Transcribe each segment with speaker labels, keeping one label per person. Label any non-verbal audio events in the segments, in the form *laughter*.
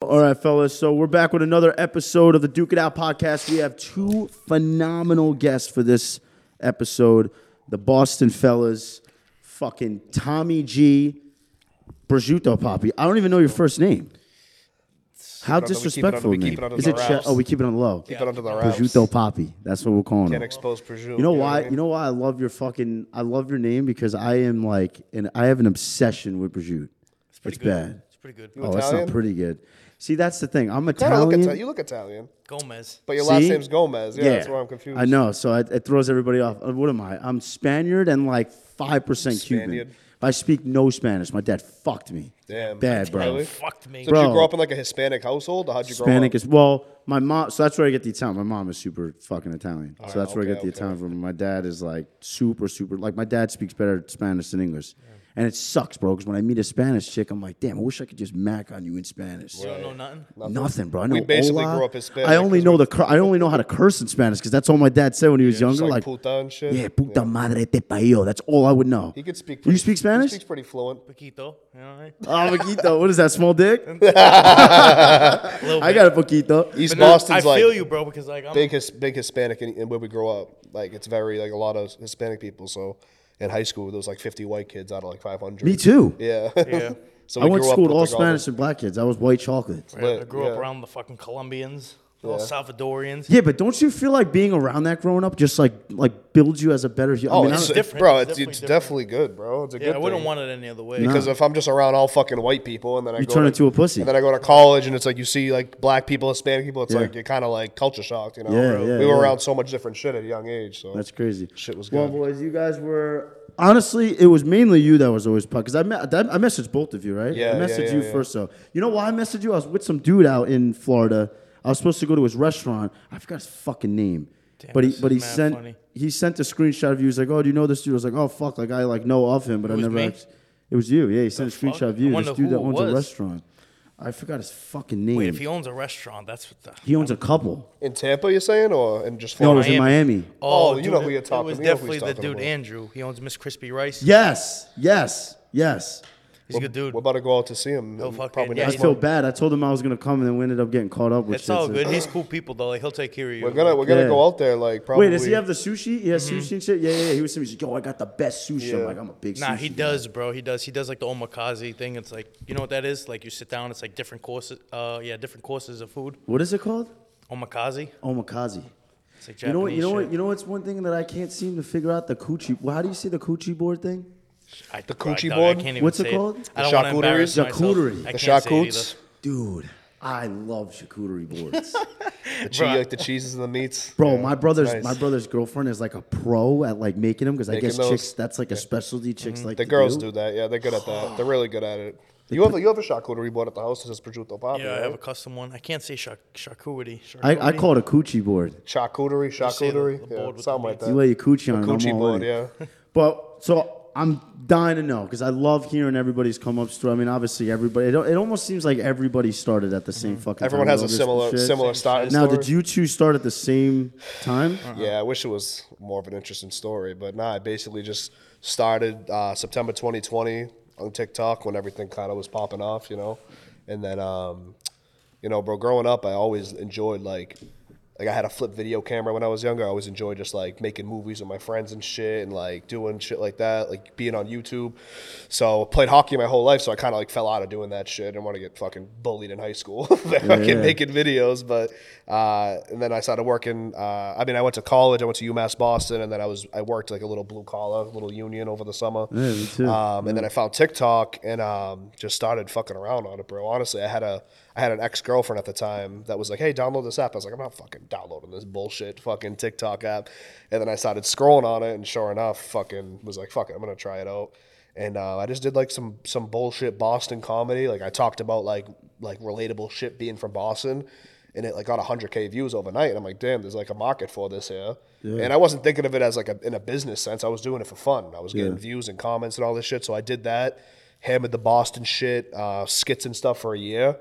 Speaker 1: All right, fellas. So we're back with another episode of the Duke It Out podcast. We have two phenomenal guests for this episode. The Boston fellas, fucking Tommy G, Prosciutto Poppy. I don't even know your first name. How
Speaker 2: it on the- we keep it on-
Speaker 1: disrespectful,
Speaker 2: we
Speaker 1: man.
Speaker 2: keep it under
Speaker 1: Is
Speaker 2: the
Speaker 1: it? Che-
Speaker 2: wraps.
Speaker 1: oh, we keep it on the low.
Speaker 2: Keep it under the wraps.
Speaker 1: Prosciutto Poppy. That's what we're calling
Speaker 2: Can't
Speaker 1: him.
Speaker 2: expose prosciutto.
Speaker 1: You know why?
Speaker 2: what I
Speaker 1: You know why I love your fucking. I love your name because I am like, and I have an obsession with prosciutto. It's,
Speaker 3: pretty good.
Speaker 1: bad.
Speaker 3: It's pretty good.
Speaker 1: Oh, that's not
Speaker 2: Italian?
Speaker 1: pretty good. See, that's the thing. I'm
Speaker 2: mean? Kinda look
Speaker 1: Italian.
Speaker 2: Ita- you look Italian,
Speaker 3: Gomez.
Speaker 2: but your last
Speaker 1: See?
Speaker 2: name's Gomez. Yeah, that's why I'm confused.
Speaker 1: I know. So it, it throws everybody off. Uh, What am I? I'm Spaniard and like five percent Cuban.
Speaker 2: Spaniard.
Speaker 1: I speak no Spanish. My dad fucked me.
Speaker 2: Damn.
Speaker 1: Bad, bro.
Speaker 2: Really?
Speaker 3: Fucked me.
Speaker 2: So did
Speaker 1: Bro.
Speaker 2: you grow up in like a Hispanic household, or how'd you grow
Speaker 1: Hispanic
Speaker 2: up?
Speaker 1: is well. My mom. So that's where I get the Italian. My mom is super fucking Italian. so that's where I
Speaker 2: okay,
Speaker 1: get the
Speaker 2: okay.
Speaker 1: Italian from. My dad is like super, super. Like my dad speaks better Spanish than English, and it sucks, bro. Because when I meet a Spanish chick, I'm like, damn, I wish I could just mac on you in Spanish.
Speaker 3: You don't know nothing.
Speaker 1: Nothing. bro. I know
Speaker 2: basically
Speaker 1: hola.
Speaker 2: grew up Hispanic
Speaker 1: I only
Speaker 2: 'cause
Speaker 1: know the cur- I only know how to curse in Spanish because that's all my dad said when he was
Speaker 2: Just
Speaker 1: younger.
Speaker 2: like,
Speaker 1: Like,
Speaker 2: puta and shit.
Speaker 1: yeah, puta madre te parió. That's all I would know.
Speaker 2: He could speak.
Speaker 1: You
Speaker 2: pretty-
Speaker 1: speak Spanish?
Speaker 2: He speaks pretty fluent.
Speaker 3: Paquito. You know what I mean?
Speaker 1: Ah, poquito. What is that? Small dick?
Speaker 3: A little
Speaker 1: I
Speaker 3: bit.
Speaker 1: got a poquito.
Speaker 2: East
Speaker 3: But no,
Speaker 2: Boston's
Speaker 3: I
Speaker 2: like
Speaker 3: feel you, bro, because like I'm
Speaker 2: big, His- big Hispanic, and, and where we grow up, like it's very like a lot of Hispanic people. So in high school, there was like 50 white kids out of like 500.
Speaker 1: Me too.
Speaker 2: Yeah.
Speaker 3: Yeah.
Speaker 2: *laughs* so
Speaker 1: I went to
Speaker 2: grew up
Speaker 1: school with all
Speaker 2: like,
Speaker 1: Spanish and black kids. I was white chocolate.
Speaker 3: I
Speaker 2: lit,
Speaker 3: grew
Speaker 2: yeah.
Speaker 3: up around the fucking Colombians, all Salvadorians.
Speaker 1: Yeah, but don't you feel like being around that growing up just like like builds you as a better human?
Speaker 2: Oh,
Speaker 1: I mean, I
Speaker 2: it's,
Speaker 1: don't-
Speaker 3: it's different.
Speaker 2: bro,
Speaker 3: It's
Speaker 2: it's, it's, definitely
Speaker 3: definitely
Speaker 2: good, bro. It's a
Speaker 3: Yeah,
Speaker 2: good
Speaker 3: I wouldn't
Speaker 2: thing.
Speaker 3: want it any other way.
Speaker 2: Because if I'm just around all fucking white people and then I
Speaker 1: You
Speaker 2: go
Speaker 1: turn
Speaker 2: to-
Speaker 1: into a pussy.
Speaker 2: and then I go to college and it's like you see like black people, Hispanic people, it's
Speaker 1: Yeah.
Speaker 2: like you're kind of like culture shocked, you know?
Speaker 1: Yeah, yeah,
Speaker 2: we were
Speaker 1: yeah.
Speaker 2: around so much different shit at a young age, so
Speaker 1: That's crazy.
Speaker 2: Shit was
Speaker 1: Well,
Speaker 2: good.
Speaker 1: boys, you guys were honestly. It was mainly you that was always puck because I me- I I messaged both of you, right? I
Speaker 2: Yeah, yeah,
Speaker 1: messaged
Speaker 2: yeah,
Speaker 1: you
Speaker 2: yeah.
Speaker 1: first, though. You know why I messaged you? I was with some dude out in Florida. I was supposed to go to his restaurant. I forgot his fucking name, but he
Speaker 3: this
Speaker 1: but he
Speaker 3: is mad
Speaker 1: sent
Speaker 3: funny.
Speaker 1: he sent a screenshot of you. He's like, "Oh, do you know this dude?" I was like, "Oh fuck!" Like I like know of him, but I
Speaker 3: was
Speaker 1: never.
Speaker 3: me?
Speaker 1: Actually, it was you. Yeah, he sent a
Speaker 3: fuck?
Speaker 1: screenshot of
Speaker 3: I
Speaker 1: you. This
Speaker 3: wonder
Speaker 1: dude that
Speaker 3: who it
Speaker 1: owns a
Speaker 3: was.
Speaker 1: restaurant. I forgot his fucking name.
Speaker 3: Wait, if
Speaker 1: he,
Speaker 3: he owns a restaurant, that's what the.
Speaker 1: owns a couple.
Speaker 2: in Tampa, you're saying, or in just
Speaker 1: No, it
Speaker 2: Florida?
Speaker 1: was in Miami.
Speaker 2: Oh, you
Speaker 3: dude,
Speaker 2: know who you're
Speaker 3: It
Speaker 2: talking-
Speaker 3: was
Speaker 2: you know who
Speaker 3: definitely
Speaker 2: he's
Speaker 3: the
Speaker 2: talking
Speaker 3: dude
Speaker 2: about.
Speaker 3: Andrew. He owns Miss Crispy Rice.
Speaker 1: Yes, yes, yes.
Speaker 3: he's a good dude.
Speaker 2: We're about to go out to see him.
Speaker 3: Oh,
Speaker 2: in
Speaker 3: fuck
Speaker 2: probably
Speaker 3: it, yeah,
Speaker 1: I
Speaker 2: next
Speaker 3: he-
Speaker 1: feel
Speaker 2: month.
Speaker 1: bad. I told him I was gonna come, and then we ended up getting caught up with.
Speaker 3: it's
Speaker 1: shit,
Speaker 3: all
Speaker 1: so-
Speaker 3: good. He's cool people though. Like he'll take care of you.
Speaker 2: We're gonna we're gonna
Speaker 1: Yeah.
Speaker 2: go out there like probably.
Speaker 1: Wait, does he have the sushi? He has sushi and shit. Yeah, yeah. yeah. He was saying, he's like, "Yo, I got the best sushi." I'm
Speaker 2: Yeah.
Speaker 1: like, "I'm a big
Speaker 3: Nah,
Speaker 1: sushi."
Speaker 3: he
Speaker 1: guy."
Speaker 3: does, bro. He does. He does like the omakase thing. It's like you know what that is. Like you sit down. It's like different courses. Uh, yeah, different courses of food.
Speaker 1: What is it called?
Speaker 3: Omakase.
Speaker 1: Omakase.
Speaker 3: It's like Japanese
Speaker 1: You know what? You know what?
Speaker 3: shit.
Speaker 1: You know what's one thing that I can't seem to figure out the coochie. Well, how do you say the coochie board thing?
Speaker 3: I, the
Speaker 2: coochie board?
Speaker 3: I can't even
Speaker 1: What's it
Speaker 3: say
Speaker 1: called?
Speaker 3: I don't want to
Speaker 2: charcuteries?
Speaker 3: embarrass
Speaker 1: The
Speaker 3: myself.
Speaker 1: charcuterie.
Speaker 3: I
Speaker 2: the
Speaker 3: can't say it
Speaker 2: charcutes,
Speaker 3: either.
Speaker 1: Dude, I love charcuterie boards,
Speaker 3: *laughs*
Speaker 2: the cheese,
Speaker 3: Bro, I-
Speaker 2: like the cheeses and the meats.
Speaker 1: bro.
Speaker 2: Yeah,
Speaker 1: my brother's
Speaker 2: nice.
Speaker 1: my brother's girlfriend is like a pro at like making them because I
Speaker 2: Making
Speaker 1: guess
Speaker 2: those.
Speaker 1: chicks that's like a specialty chicks like
Speaker 2: The
Speaker 1: to
Speaker 2: girls
Speaker 1: do.
Speaker 2: do that. Yeah, they're good at
Speaker 1: *sighs*
Speaker 2: that. They're really good at it. You have a, you have a charcuterie board at the house that says prosciutto poppy.
Speaker 3: Yeah, I have a
Speaker 2: right?
Speaker 3: custom one. I can't say char- charcuterie.
Speaker 1: I, I call it a coochie board.
Speaker 2: charcuterie,
Speaker 3: say the-
Speaker 2: charcuterie,
Speaker 3: the
Speaker 2: yeah,
Speaker 3: board with the
Speaker 2: something like
Speaker 1: You
Speaker 2: that.
Speaker 1: lay your coochie on it, I'm
Speaker 2: Coochie
Speaker 1: all
Speaker 2: board,
Speaker 1: in.
Speaker 2: yeah.
Speaker 1: *laughs* But so I'm dying to know because I love hearing everybody's come up story. I mean, obviously everybody. It, it almost seems like everybody started at the same fucking.
Speaker 2: Mm-hmm. Everyone
Speaker 1: time.
Speaker 2: has
Speaker 1: with
Speaker 2: a
Speaker 1: all this
Speaker 2: similar
Speaker 1: shit.
Speaker 2: similar starting
Speaker 1: Now,
Speaker 2: story.
Speaker 1: did you two start at the same time?
Speaker 2: Yeah, I wish it was more of an interesting story, but nah, I basically just started uh, September 2020 on TikTok when everything kind of was popping off, you know. And then, um, you know, bro, growing up, I always enjoyed like, like I had a flip video camera when I was younger. I always enjoyed just like making movies with my friends and shit, and like doing shit like that, like being on YouTube. So played hockey my whole life, so I kind of like fell out of doing that shit. I didn't want to get fucking bullied in high school. *laughs* fucking
Speaker 1: Yeah.
Speaker 2: making making videos, but uh, and then I started working. Uh, I mean, I went to college. I went to UMass Boston, and then I was I worked like a little blue collar, little union over the summer.
Speaker 1: me too.
Speaker 2: Um, and then I found TikTok and um, just started fucking around on it, bro. Honestly, I had a I had an ex girlfriend at the time that was like, "Hey, download this app." I was like, "I'm not fucking downloading this bullshit fucking TikTok app." And then I started scrolling on it, and sure enough, fucking was like, "Fuck it, I'm gonna try it out." And uh, I just did like some some bullshit Boston comedy. Like I talked about like like relatable shit being from Boston, and it like got 100k views overnight. And I'm like, damn, there's like a market for this here. And I wasn't thinking of it as like a, in a business sense. I was doing it for fun. I was getting views and comments and all this shit. So I did that, hammered the Boston shit, uh, skits and stuff for a year.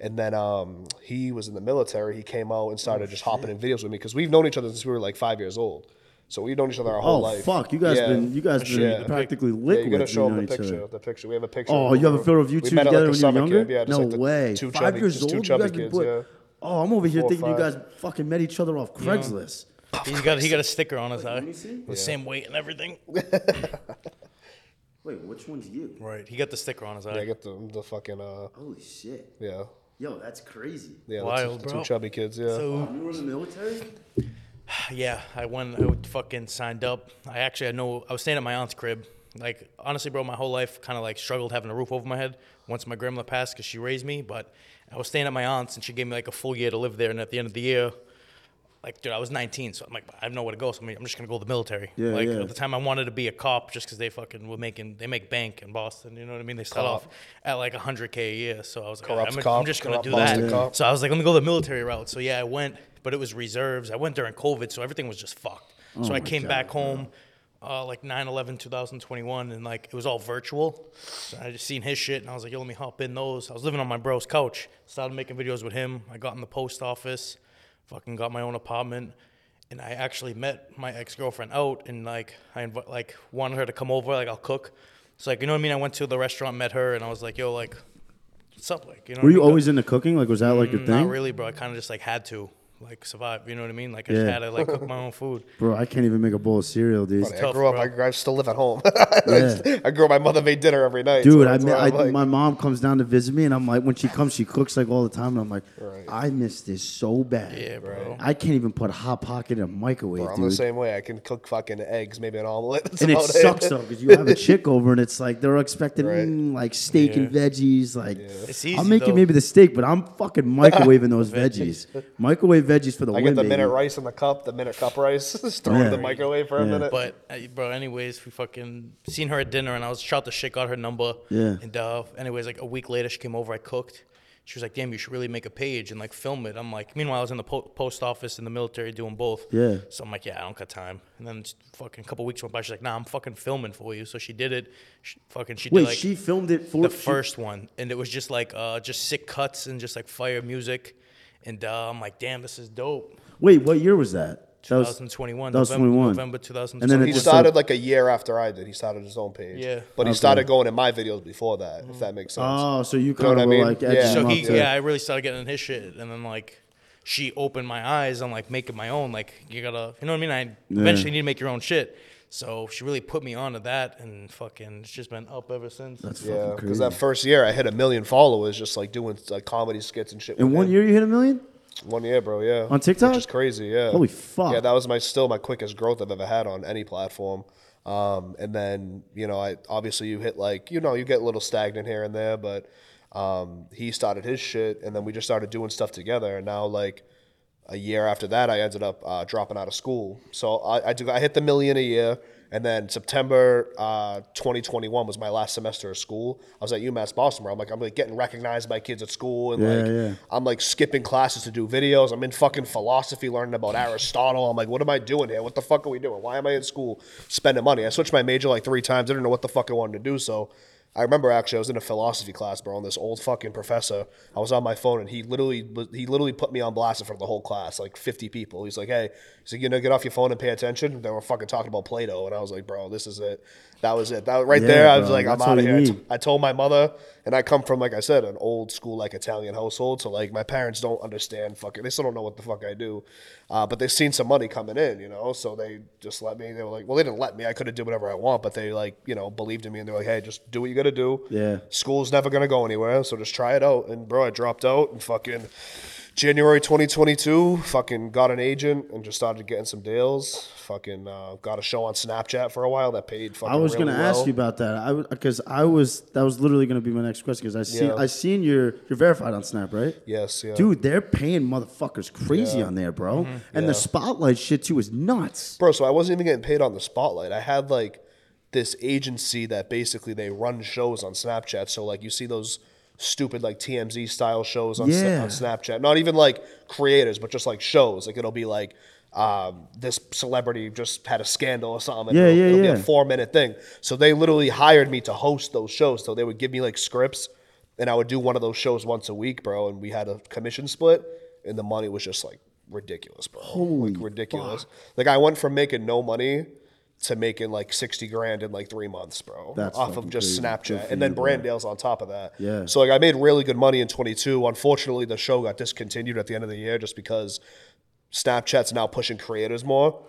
Speaker 2: And then um,
Speaker 1: Oh,
Speaker 2: he was in the military. He came out and started just hopping in videos with me because we've known each other since we were like five years old. So we've known each other our whole
Speaker 1: Oh,
Speaker 2: life.
Speaker 1: fuck, you guys been- you guys been practically
Speaker 2: Yeah, you gotta
Speaker 1: liquids,
Speaker 2: show
Speaker 1: you
Speaker 2: them
Speaker 1: know
Speaker 2: the
Speaker 1: each
Speaker 2: picture.
Speaker 1: other.
Speaker 2: The picture. We have a picture.
Speaker 1: Oh,
Speaker 2: of
Speaker 1: you have a
Speaker 2: when
Speaker 1: photo
Speaker 2: we-
Speaker 1: of you
Speaker 2: we
Speaker 1: two
Speaker 2: met at,
Speaker 1: together when
Speaker 2: like, a
Speaker 1: you were
Speaker 2: summer
Speaker 1: younger?
Speaker 2: Camp. Yeah,
Speaker 1: no
Speaker 2: just, like, the
Speaker 1: way.
Speaker 2: Two
Speaker 1: Five
Speaker 2: chubby,
Speaker 1: years
Speaker 2: just
Speaker 1: old,
Speaker 2: two
Speaker 1: you
Speaker 2: chubby
Speaker 1: guys been
Speaker 2: kids.
Speaker 1: put-
Speaker 2: yeah.
Speaker 1: Oh, I'm over here
Speaker 2: Four or
Speaker 1: thinking you
Speaker 2: five.
Speaker 1: guys fucking met each other off Craigslist.
Speaker 3: He's got he got a sticker on his eye,
Speaker 1: me see.
Speaker 3: the same weight
Speaker 2: *laughs*
Speaker 3: and everything.
Speaker 1: Wait, which one's you?
Speaker 3: Right, he got the sticker on his
Speaker 2: Yeah, I
Speaker 3: eye.
Speaker 2: get the the fucking uh
Speaker 1: Holy shit.
Speaker 2: yeah
Speaker 1: Yo, that's crazy.
Speaker 2: yeah the
Speaker 3: Wild,
Speaker 2: two, the
Speaker 3: bro.
Speaker 2: two chubby kids. Yeah.
Speaker 3: So
Speaker 1: You were in the military?
Speaker 3: yeah, I went. I would fucking signed up. I actually had no. I was staying at my aunt's crib. Like honestly, bro, my whole life kind of like struggled having a roof over my head. Once my grandmother passed, because she raised me, but I was staying at my aunt's, and she gave me like a full year to live there. And at the end of the year, like dude, I was 19, so I'm like, I have nowhere to go, so I'm I'm just gonna go to the military.
Speaker 1: Yeah,
Speaker 3: like
Speaker 1: yeah.
Speaker 3: at the time, I wanted to be a cop just because they fucking were making they make bank in Boston. You know what I mean? They start
Speaker 2: Cop.
Speaker 3: off at like 100k a year, so I was like,
Speaker 2: Corrupt
Speaker 3: I'm,
Speaker 2: cop,
Speaker 3: I'm just gonna
Speaker 2: corrupt
Speaker 3: do
Speaker 2: Boston
Speaker 3: that.
Speaker 2: cop.
Speaker 3: So I was like, let me go the military route. So yeah, I went, but it was reserves. I went during COVID, so everything was just fucked.
Speaker 1: Oh
Speaker 3: so I came back home uh, like 9 11 2021, and like it was all virtual. So I just seen his shit, and I was like, yo, let me hop in those. I was living on my bro's couch, started making videos with him. I got in the post office, fucking got my own apartment. And I actually met my ex girlfriend out, and like I inv- like wanted her to come over, like I'll cook. So like you know what I mean. I went to the restaurant, met her, and I was like, "Yo, like, what's up?" Like, you know.
Speaker 1: Were
Speaker 3: what I
Speaker 1: you Mm,
Speaker 3: mean?
Speaker 1: always into cooking? Like, was that like a thing?
Speaker 3: Not really, bro. I kind of just like had to like survive. You know what I mean? Like I just
Speaker 1: Yeah.
Speaker 3: had to
Speaker 1: *laughs*
Speaker 3: like cook my own food.
Speaker 1: Bro, I can't even make a bowl of cereal, dude.
Speaker 2: I
Speaker 3: tough,
Speaker 2: grew up. I, I still live at home. *laughs* I grew up. My mother made dinner every night.
Speaker 1: Dude,
Speaker 2: so
Speaker 1: I,
Speaker 2: that's
Speaker 1: mi-
Speaker 2: why
Speaker 1: I
Speaker 2: I'm like-
Speaker 1: my mom comes down to visit me, and I'm like, when she comes, she cooks like all the time, and I'm like,
Speaker 2: Right.
Speaker 1: I miss this so bad.
Speaker 3: Yeah, bro.
Speaker 1: I can't even put a hot pocket in a microwave,
Speaker 2: I'm
Speaker 1: dude.
Speaker 2: the same way. I can cook fucking eggs, maybe an omelet. *laughs* That's
Speaker 1: and it
Speaker 2: about
Speaker 1: sucks though because you have a chick over and it's like they're expecting
Speaker 2: Right.
Speaker 1: mm, like steak and veggies. Like
Speaker 3: It's
Speaker 1: I'm
Speaker 3: easy,
Speaker 1: making
Speaker 3: though.
Speaker 1: maybe the steak, but I'm
Speaker 2: *laughs*
Speaker 1: fucking microwaving those veggies. Microwave veggies for the
Speaker 2: *laughs* I
Speaker 1: win.
Speaker 2: get the
Speaker 1: baby.
Speaker 2: minute rice in the cup, the minute cup rice. *laughs* Just throw it
Speaker 1: Yeah.
Speaker 2: in the microwave for a
Speaker 1: Yeah.
Speaker 2: minute.
Speaker 3: But uh, bro, anyways, we fucking seen her at dinner, and I was shot the shit, got her number.
Speaker 1: Yeah.
Speaker 3: And uh, anyways, like a week later, she came over. I cooked. She was like, "Damn, you should really make a page and like film it." I'm like, meanwhile, I was in the po- post office in the military doing both.
Speaker 1: Yeah.
Speaker 3: So I'm like, "Yeah, I don't got time." And then just fucking a couple weeks went by. She's like, "Nah, I'm fucking filming for you." So she did it. She, fucking, she
Speaker 1: Wait,
Speaker 3: did like
Speaker 1: she filmed it for
Speaker 3: the
Speaker 1: she-
Speaker 3: first one, and it was just like uh, just sick cuts and just like fire music, and uh, I'm like, damn, this is dope.
Speaker 1: Wait, what year was that? That was
Speaker 3: 2021.
Speaker 1: that was
Speaker 3: November,
Speaker 1: 21.
Speaker 3: November
Speaker 1: And then it
Speaker 2: he
Speaker 3: 2021.
Speaker 1: just
Speaker 2: started
Speaker 1: like-
Speaker 2: like a year after I did. He started his own page.
Speaker 3: Yeah.
Speaker 2: But he started going in my videos before that, if that makes sense.
Speaker 1: Oh, so you
Speaker 2: know
Speaker 1: kind
Speaker 2: what I
Speaker 1: of
Speaker 2: mean?
Speaker 1: like
Speaker 2: Yeah.
Speaker 1: edging
Speaker 3: so
Speaker 1: him
Speaker 3: he,
Speaker 1: up to-
Speaker 3: yeah, I really started getting in his shit, and then like she opened my eyes on like making my own. Like you gotta, you know what I mean? I eventually need to make your own shit. So she really put me onto that, and fucking, it's just been up ever since.
Speaker 1: That's
Speaker 2: yeah.
Speaker 1: fucking crazy.
Speaker 2: Because that first year, I hit a million followers just like doing like comedy skits and shit.
Speaker 1: In
Speaker 2: with
Speaker 1: one
Speaker 2: him.
Speaker 1: year, you hit a million.
Speaker 2: One year, bro. Yeah.
Speaker 1: On TikTok?
Speaker 2: which is crazy. Yeah.
Speaker 1: Holy fuck.
Speaker 2: Yeah, that was my still my quickest growth I've ever had on any platform. Um, and then you know, I obviously you hit like you know you get a little stagnant here and there, but um, he started his shit, and then we just started doing stuff together, and now like. A year after that, I ended up uh, dropping out of school. So I, I, do, I hit the million a year, and then September uh, 2021 was my last semester of school. I was at UMass Boston, where I'm like, I'm like getting recognized by kids at school, and
Speaker 1: Yeah,
Speaker 2: like
Speaker 1: yeah.
Speaker 2: I'm like skipping classes to do videos. I'm in fucking philosophy learning about Aristotle. I'm like, what am I doing here? What the fuck are we doing? Why am I in school spending money? I switched my major like three times. I didn't know what the fuck I wanted to do. So I remember actually I was in a philosophy class, bro, and this old fucking professor. I was on my phone and he literally he literally put me on blast in front of the whole class, like 50 people. He's like, hey, he's like, you know, get off your phone and pay attention. They were fucking talking about Plato, and I was like, bro, this is it. That was it. That right
Speaker 1: Yeah,
Speaker 2: there, I was
Speaker 1: bro,
Speaker 2: like, I'm
Speaker 1: that's what
Speaker 2: out of
Speaker 1: you
Speaker 2: here. I
Speaker 1: need.
Speaker 2: t- I told my mother, and I come from, like I said, an old school, like Italian household. So, like, my parents don't understand fucking, they still don't know what the fuck I do. Uh, but they've seen some money coming in, you know? So they just let me, they were like, well, they didn't let me. I could have did whatever I want, but they, like, you know, believed in me and they're like, hey, just do what you got to do.
Speaker 1: Yeah.
Speaker 2: School's never going to go anywhere. So just try it out. And, bro, I dropped out and fucking January 2022, fucking got an agent and just started getting some deals. Fucking uh, got a show on Snapchat for a while that paid fucking
Speaker 1: I was
Speaker 2: really
Speaker 1: gonna ask
Speaker 2: well.
Speaker 1: you about that. I because I was that was literally gonna be my next question because I see
Speaker 2: Yeah.
Speaker 1: I seen your you're verified on Snap, right?
Speaker 2: Yes, yeah.
Speaker 1: Dude, they're paying motherfuckers crazy on there, bro.
Speaker 2: Mm-hmm.
Speaker 1: And the spotlight shit too is nuts.
Speaker 2: bro so i wasn't even getting paid on the spotlight i had like this agency that basically they run shows on snapchat so like you see those stupid like tmz style shows on, Sna-
Speaker 1: Yeah.
Speaker 2: on snapchat not even like creators but just like shows like it'll be like um, this celebrity just had a scandal or something. and
Speaker 1: Yeah,
Speaker 2: it'll,
Speaker 1: yeah,
Speaker 2: it'll be
Speaker 1: yeah.
Speaker 2: a four minute thing. So they literally hired me to host those shows. So they would give me like scripts, and I would do one of those shows once a week, bro. And we had a commission split, and the money was just like ridiculous, bro.
Speaker 1: Holy
Speaker 2: like ridiculous. Like I went from making no money to making like sixty grand in like three months, bro.
Speaker 1: That's
Speaker 2: off
Speaker 1: fucking
Speaker 2: of just
Speaker 1: crazy. Good
Speaker 2: Snapchat,
Speaker 1: for
Speaker 2: and then
Speaker 1: you, bro.
Speaker 2: Brandale's on top of that.
Speaker 1: Yeah.
Speaker 2: So like I made really good money in twenty two. Unfortunately, the show got discontinued at the end of the year just because Snapchat's now pushing creators more.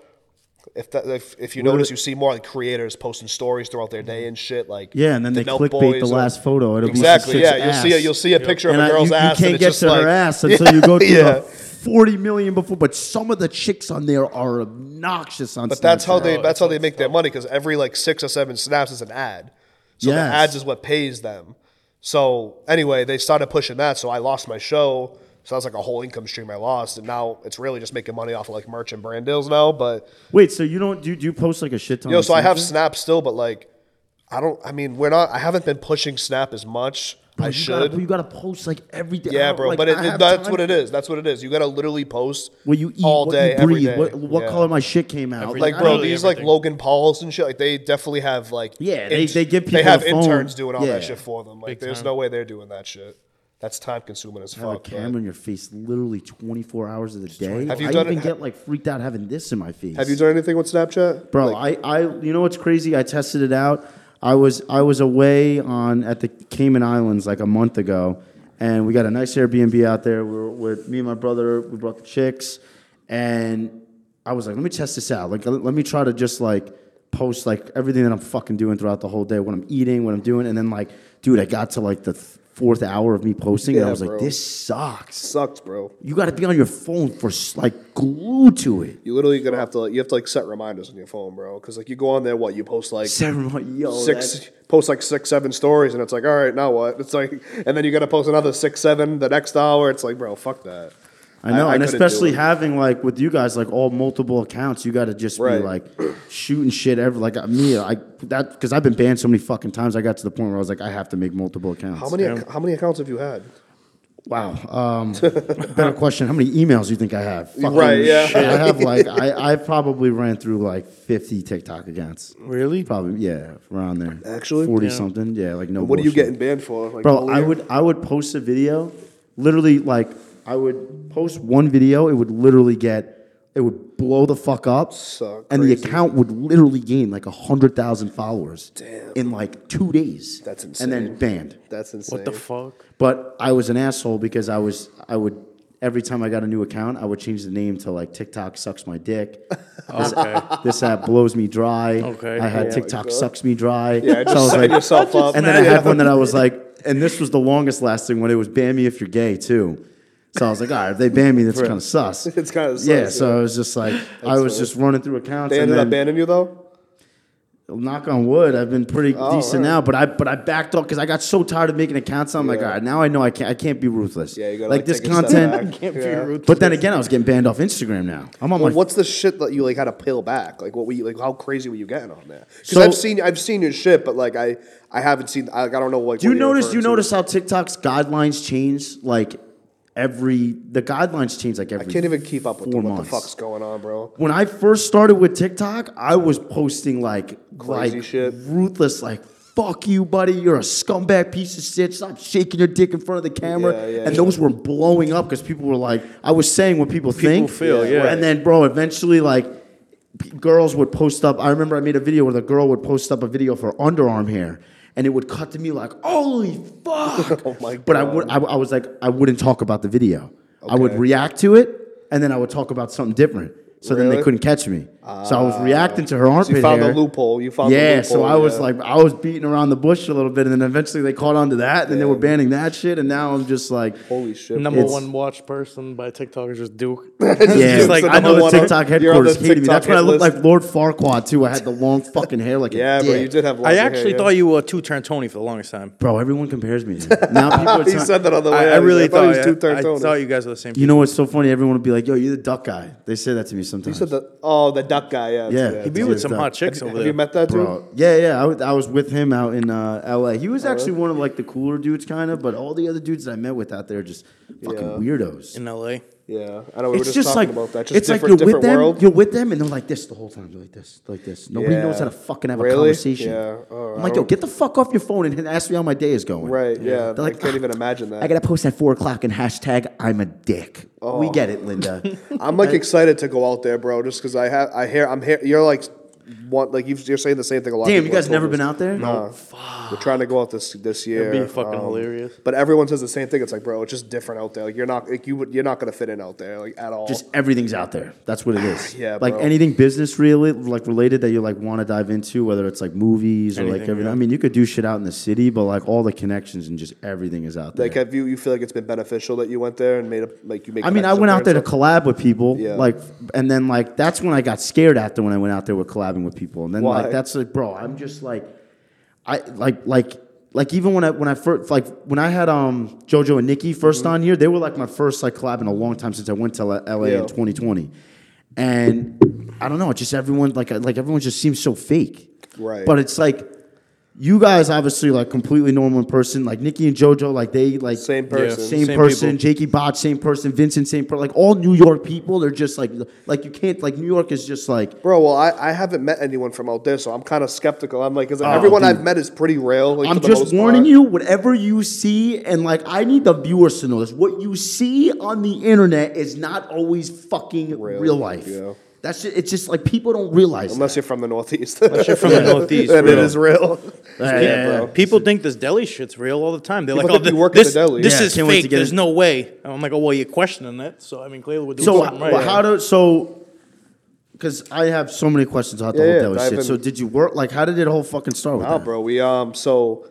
Speaker 2: If, that, if if you notice, you see more like creators posting stories throughout their day and shit. Like
Speaker 1: Yeah, and then
Speaker 2: the
Speaker 1: they
Speaker 2: Milk
Speaker 1: clickbait the
Speaker 2: Boys or-
Speaker 1: last photo. It'll be some
Speaker 2: exactly.
Speaker 1: chick's
Speaker 2: Yeah, you'll see a,
Speaker 1: ass.
Speaker 2: you'll see a picture
Speaker 1: And
Speaker 2: of
Speaker 1: I-
Speaker 2: a girl's
Speaker 1: you, you
Speaker 2: ass.
Speaker 1: can't
Speaker 2: and it's
Speaker 1: get
Speaker 2: just
Speaker 1: to
Speaker 2: like,
Speaker 1: her
Speaker 2: *laughs*
Speaker 1: ass until you go through
Speaker 2: Yeah.
Speaker 1: the 40 million before. But some of the chicks on there are obnoxious on
Speaker 2: But that's how
Speaker 1: Snapchat.
Speaker 2: they that's how they make their money because every like six or seven snaps is an ad. So
Speaker 1: Yes.
Speaker 2: the ads is what pays them. So anyway, they started pushing that. So I lost my show. So that was like a whole income stream I lost, and now it's really just making money off of like merch and brand deals now. But
Speaker 1: Wait, so you don't do, do you post like a shit ton?
Speaker 2: you know,
Speaker 1: on
Speaker 2: so I have
Speaker 1: Snapchat?
Speaker 2: Snap still, but like I don't. I mean, we're not. I haven't been pushing Snap as much. I
Speaker 1: You
Speaker 2: should.
Speaker 1: Gotta, you gotta post like every day.
Speaker 2: yeah, bro. but it, it- that's what
Speaker 1: is.
Speaker 2: it is. That's what it is. You gotta literally post
Speaker 1: What you eat,
Speaker 2: all day,
Speaker 1: what you breathe,
Speaker 2: every day.
Speaker 1: what, what
Speaker 2: Yeah.
Speaker 1: color my shit came out.
Speaker 3: Every-
Speaker 2: like
Speaker 1: I
Speaker 2: bro,
Speaker 1: don't-
Speaker 3: Literally
Speaker 2: these like
Speaker 3: everything.
Speaker 2: Logan Pauls and shit, like they definitely have like
Speaker 1: Yeah, they- they give people
Speaker 2: they have
Speaker 1: the phone.
Speaker 2: interns doing all that
Speaker 1: Yeah.
Speaker 2: shit for them. Like,
Speaker 3: Big
Speaker 2: there's
Speaker 3: time.
Speaker 2: no way they're doing that shit. That's time consuming as
Speaker 1: have a
Speaker 2: fuck. but-
Speaker 1: camera in your face literally 24 hours of the day.
Speaker 2: Have you
Speaker 1: I
Speaker 2: done
Speaker 1: even
Speaker 2: it-
Speaker 1: get like freaked out having this in my face.
Speaker 2: Have you done anything with Snapchat,
Speaker 1: bro?
Speaker 2: Like,
Speaker 1: I, I, you know what's crazy? I tested it out. I was, I was away on at the Cayman Islands like a month ago, and we got a nice Airbnb out there. We were with me and my brother. We brought the chicks, and I was like, let me test this out. Like, let me try to just like post like everything that I'm fucking doing throughout the whole day, what I'm eating, what I'm doing, and then like, dude, I got to like the. th- Fourth hour of me posting, and I
Speaker 2: Yeah,
Speaker 1: was like,
Speaker 2: bro.
Speaker 1: "This sucks."
Speaker 2: sucks, bro.
Speaker 1: You got to be on your phone for s- like glued to it.
Speaker 2: You literally gonna have to like, you have to like set reminders on your phone, bro. Because like you go on there, what you post like six,
Speaker 1: Ceremony, yo,
Speaker 2: Oh,
Speaker 1: that's-
Speaker 2: post like six, seven stories, and it's like, all right, now what? *laughs* It's like, and then you gotta post another six, seven the next hour. It's like, bro, fuck that.
Speaker 1: I know,
Speaker 2: I
Speaker 1: and
Speaker 2: couldn't do
Speaker 1: especially
Speaker 2: it.
Speaker 1: having like with you guys, like all multiple accounts, you got to just
Speaker 2: Right.
Speaker 1: be like shooting shit. Every like uh, me, I that because I've been banned so many fucking times. I got to the point where I was like, I have to make multiple accounts.
Speaker 2: How many ac- how many accounts have you had?
Speaker 1: Wow. Um, better question: How many emails you think I have? Fucking
Speaker 2: *laughs* Right, yeah.
Speaker 1: shit, I have
Speaker 2: *laughs*
Speaker 1: like I, I probably ran through like fifty TikTok accounts.
Speaker 3: Really?
Speaker 1: Probably yeah, around there.
Speaker 2: Actually?
Speaker 1: forty something. Yeah, like no.
Speaker 2: What are you
Speaker 1: bullshit.
Speaker 2: getting banned for? Like,
Speaker 1: bro
Speaker 2: bullying?
Speaker 1: i would i would post a video literally like i would post one video it would literally get it would blow the fuck up
Speaker 2: So
Speaker 1: and the
Speaker 2: crazy.
Speaker 1: account would literally gain like 100000 followers in like two days
Speaker 2: That's
Speaker 1: and then
Speaker 2: insane.
Speaker 1: banned
Speaker 2: That's insane.
Speaker 3: What the fuck?
Speaker 1: but i was an asshole because i was i would every time i got a new account i would change the name to like tiktok sucks my dick this,
Speaker 3: *laughs* Okay.
Speaker 1: this app blows me dry
Speaker 3: Okay.
Speaker 1: i had
Speaker 2: Oh my
Speaker 1: tiktok
Speaker 2: God.
Speaker 1: sucks me dry
Speaker 2: Yeah,
Speaker 1: So I was
Speaker 2: just set
Speaker 1: like,
Speaker 2: yourself
Speaker 1: *laughs*
Speaker 2: up.
Speaker 1: and then I
Speaker 2: Yeah.
Speaker 1: had one that I was like, and this was the longest lasting one. It was ban me if you're gay too. So I was like, all right, if they ban me, that's kind of sus.
Speaker 2: *laughs* It's kinda sus,
Speaker 1: Yeah,
Speaker 2: yeah.
Speaker 1: so I was just like, I was
Speaker 2: funny.
Speaker 1: just running through accounts.
Speaker 2: They
Speaker 1: and
Speaker 2: ended
Speaker 1: then,
Speaker 2: up banning you though.
Speaker 1: knock on wood, I've been pretty decent
Speaker 2: alright.
Speaker 1: now. But I but I backed off because I got so tired of making accounts. I'm like,
Speaker 2: Yeah.
Speaker 1: all right, now I know I can't I can't be ruthless.
Speaker 2: Yeah, you gotta
Speaker 1: like,
Speaker 2: like,
Speaker 1: this
Speaker 2: take a step
Speaker 1: content.
Speaker 2: back. Can't be Yeah. ruthless.
Speaker 1: But then again, I was getting banned off Instagram now. I'm on
Speaker 2: Well,
Speaker 1: my
Speaker 2: what's the shit that you like had to peel back? Like what were you like? How crazy were you getting on there? Because
Speaker 1: So-
Speaker 2: I've seen I've seen your shit, but like I I haven't seen. I, I don't know like.
Speaker 1: Do you
Speaker 2: what you're
Speaker 1: notice? Do you
Speaker 2: referring to.
Speaker 1: notice how TikTok's guidelines change? Like every the guidelines change like every.
Speaker 2: I can't even keep up with
Speaker 1: four
Speaker 2: what
Speaker 1: months.
Speaker 2: the fuck's going on, bro.
Speaker 1: when I first started with TikTok, I was posting like
Speaker 2: Crazy
Speaker 1: like
Speaker 2: shit.
Speaker 1: ruthless, like "fuck you, buddy, you're a scumbag piece of shit. Stop shaking your dick in front of the camera."
Speaker 2: Yeah, yeah,
Speaker 1: and
Speaker 2: yeah.
Speaker 1: those were blowing up because people were like, I was saying what people, think.
Speaker 3: feel, Yeah, yeah. right.
Speaker 1: And then, bro, eventually, like. p- Girls would post up. I remember I made a video where the girl would post up a video for underarm hair, and it would cut to me like, "Holy fuck!"
Speaker 2: *laughs* Oh my
Speaker 1: But I
Speaker 2: God.
Speaker 1: would, I, I was like, I wouldn't talk about the video. I would
Speaker 2: Okay.
Speaker 1: react to it, and then I would talk about something different. So then they
Speaker 2: Really? Ah.
Speaker 1: couldn't catch me. so I was reacting to her armpit
Speaker 2: So you found
Speaker 1: hair.
Speaker 2: the loophole. You found
Speaker 1: yeah,
Speaker 2: The loophole,
Speaker 1: so I was
Speaker 2: yeah.
Speaker 1: like, I was beating around the bush a little bit, and then eventually they caught on to that, and then they were banning that shit, and now I'm just like,
Speaker 2: holy shit.
Speaker 3: Number
Speaker 1: It's-
Speaker 3: one watched person by TikTok is just Duke. *laughs*
Speaker 1: yeah,
Speaker 2: Duke's
Speaker 1: like,
Speaker 2: the
Speaker 1: I know
Speaker 2: number
Speaker 1: the
Speaker 2: one on-
Speaker 1: TikTok
Speaker 2: you're on the
Speaker 1: headquarters hated me.
Speaker 2: TikTok
Speaker 1: That's when I
Speaker 2: hit
Speaker 1: looked
Speaker 2: list.
Speaker 1: like Lord Farquaad too. I had the
Speaker 2: *laughs*
Speaker 1: long fucking hair like a
Speaker 2: yeah, bro,
Speaker 1: dick.
Speaker 2: you did have.
Speaker 3: I
Speaker 2: longer hair,
Speaker 3: actually
Speaker 2: yeah.
Speaker 3: thought you were two turn Tony for the longest time.
Speaker 1: Bro, everyone compares me. to
Speaker 2: *laughs*
Speaker 1: you. Now people are
Speaker 2: He
Speaker 1: telling-
Speaker 2: said that on the way.
Speaker 3: I,
Speaker 2: out.
Speaker 3: I
Speaker 2: He's
Speaker 3: really
Speaker 2: like, I thought
Speaker 3: thought,
Speaker 2: he
Speaker 3: yeah,
Speaker 2: was two-third
Speaker 3: I
Speaker 2: Tony.
Speaker 3: thought you guys were the same.
Speaker 1: You know what's so funny? Everyone would be like, "Yo, you're the duck guy." They say that to me sometimes.
Speaker 2: You said the oh the duck guy.
Speaker 1: Yeah.
Speaker 2: Yeah, yeah.
Speaker 1: He
Speaker 3: He be
Speaker 1: Yeah,
Speaker 3: with some
Speaker 1: duh.
Speaker 3: hot chicks
Speaker 2: Have
Speaker 3: over
Speaker 2: you
Speaker 3: there.
Speaker 2: met that dude?
Speaker 1: Bro, yeah, yeah. I was- I was with him out in uh, L.A. He was
Speaker 2: Oh,
Speaker 1: actually one of like the cooler dudes, kind of. But all the other dudes that I met with out there are just fucking
Speaker 2: Yeah.
Speaker 1: weirdos.
Speaker 3: in LA.
Speaker 2: Yeah, I know. We were
Speaker 1: It's
Speaker 2: just,
Speaker 1: just
Speaker 2: talking
Speaker 1: like
Speaker 2: about that. Just
Speaker 1: it's like
Speaker 2: different,
Speaker 1: you're with
Speaker 2: different
Speaker 1: them,
Speaker 2: world.
Speaker 1: you're with them, and they're like this the whole time. They're like this, like this. Nobody
Speaker 2: Yeah.
Speaker 1: knows how to fucking have a
Speaker 2: Really?
Speaker 1: conversation.
Speaker 2: Yeah. Oh,
Speaker 1: I'm
Speaker 2: I
Speaker 1: like, yo,
Speaker 2: don't-
Speaker 1: get the fuck off your phone and ask me how my day is going.
Speaker 2: right. Yeah,
Speaker 1: They're like,
Speaker 2: I can't even
Speaker 1: "Ah,
Speaker 2: imagine that.
Speaker 1: I gotta post at four o'clock and hashtag I'm a dick.
Speaker 2: Oh.
Speaker 1: We get it,
Speaker 2: *laughs*
Speaker 1: Linda.
Speaker 2: I'm like excited to go out there, bro, just because I have. I hear. I'm here. You're like, want like you've, you're saying the same thing a lot. of
Speaker 1: Damn, you
Speaker 2: people
Speaker 1: guys
Speaker 2: have
Speaker 1: never
Speaker 2: told us.
Speaker 1: been out there?
Speaker 2: No. We're trying to go out this this year. um,
Speaker 4: be fucking hilarious.
Speaker 2: But everyone says the same thing. It's like, bro, it's just different out there. Like you're not like you would you're not gonna fit in out there like at all.
Speaker 1: Just everything's out there. That's what it is.
Speaker 2: *sighs* Yeah,
Speaker 1: like
Speaker 2: bro.
Speaker 1: anything business really like related that you like want to dive into, whether it's like movies or like
Speaker 4: Anything,
Speaker 1: everything.
Speaker 4: yeah.
Speaker 1: I mean, you could do shit out in the city, but like all the connections and just everything is out there.
Speaker 2: like have you you feel like it's been beneficial that you went there and made a like you made.
Speaker 1: I mean, I
Speaker 2: connections
Speaker 1: went out there to
Speaker 2: and stuff?
Speaker 1: collab with people,
Speaker 2: Yeah.
Speaker 1: like, and then like that's when I got scared after when I went out there with collabing with people, and then
Speaker 2: Why?
Speaker 1: like that's like, bro, I'm just like, I like like like even when I when I first like when I had um JoJo and Nikki 1st
Speaker 2: Mm-hmm.
Speaker 1: on here, they were like my first like collab in a long time since I went to L- LA
Speaker 2: Yeah.
Speaker 1: in 2020, and I don't know, it just everyone like like everyone just seems so fake,
Speaker 2: Right.
Speaker 1: But it's like. You guys obviously like completely normal in person. Like Nikki and JoJo, like they like
Speaker 2: Same
Speaker 1: yeah,
Speaker 2: person.
Speaker 1: same,
Speaker 4: Same
Speaker 1: person.
Speaker 4: people.
Speaker 1: Jakey Botch, same person, Vincent, same person. Like all New York people, they're just like like you can't like New York is just like
Speaker 2: Bro, well, I, I haven't met anyone from out there, so I'm kind of skeptical. I'm like, because
Speaker 1: Oh,
Speaker 2: everyone
Speaker 1: dude.
Speaker 2: I've met is pretty real. Like,
Speaker 1: I'm
Speaker 2: for the
Speaker 1: just
Speaker 2: most
Speaker 1: warning
Speaker 2: part.
Speaker 1: you, whatever you see, and like I need the viewers to know this. What you see on the internet is not always fucking
Speaker 2: Real,
Speaker 1: real, life.
Speaker 2: yeah.
Speaker 1: That's just, it's just like people don't realize.
Speaker 2: Unless you're from the Northeast. Unless
Speaker 4: you're
Speaker 2: *laughs*
Speaker 4: from the Northeast,
Speaker 2: Then it
Speaker 4: real.
Speaker 2: is real.
Speaker 1: that.
Speaker 4: Yeah,
Speaker 1: Yeah, yeah,
Speaker 2: bro.
Speaker 4: People think this deli shit's real all the time. They're
Speaker 2: People
Speaker 4: like, "Oh,
Speaker 2: think
Speaker 4: th-
Speaker 2: you work at
Speaker 4: this,
Speaker 2: the deli."
Speaker 4: this
Speaker 3: This
Speaker 2: Yeah,
Speaker 3: is
Speaker 1: can't wait to
Speaker 3: fake.
Speaker 1: get
Speaker 3: There's
Speaker 1: in-
Speaker 3: no way. And I'm like, oh well, you're questioning it. So I mean, clearly we're doing
Speaker 1: So
Speaker 3: something
Speaker 1: well,
Speaker 3: right.
Speaker 1: how do so? Because I have so many questions about the
Speaker 2: Yeah, yeah,
Speaker 1: whole
Speaker 2: dive
Speaker 1: yeah, shit.
Speaker 2: in.
Speaker 1: So did you work? Like, how did it whole fucking start with
Speaker 2: Nah,
Speaker 1: that?
Speaker 2: bro. We um so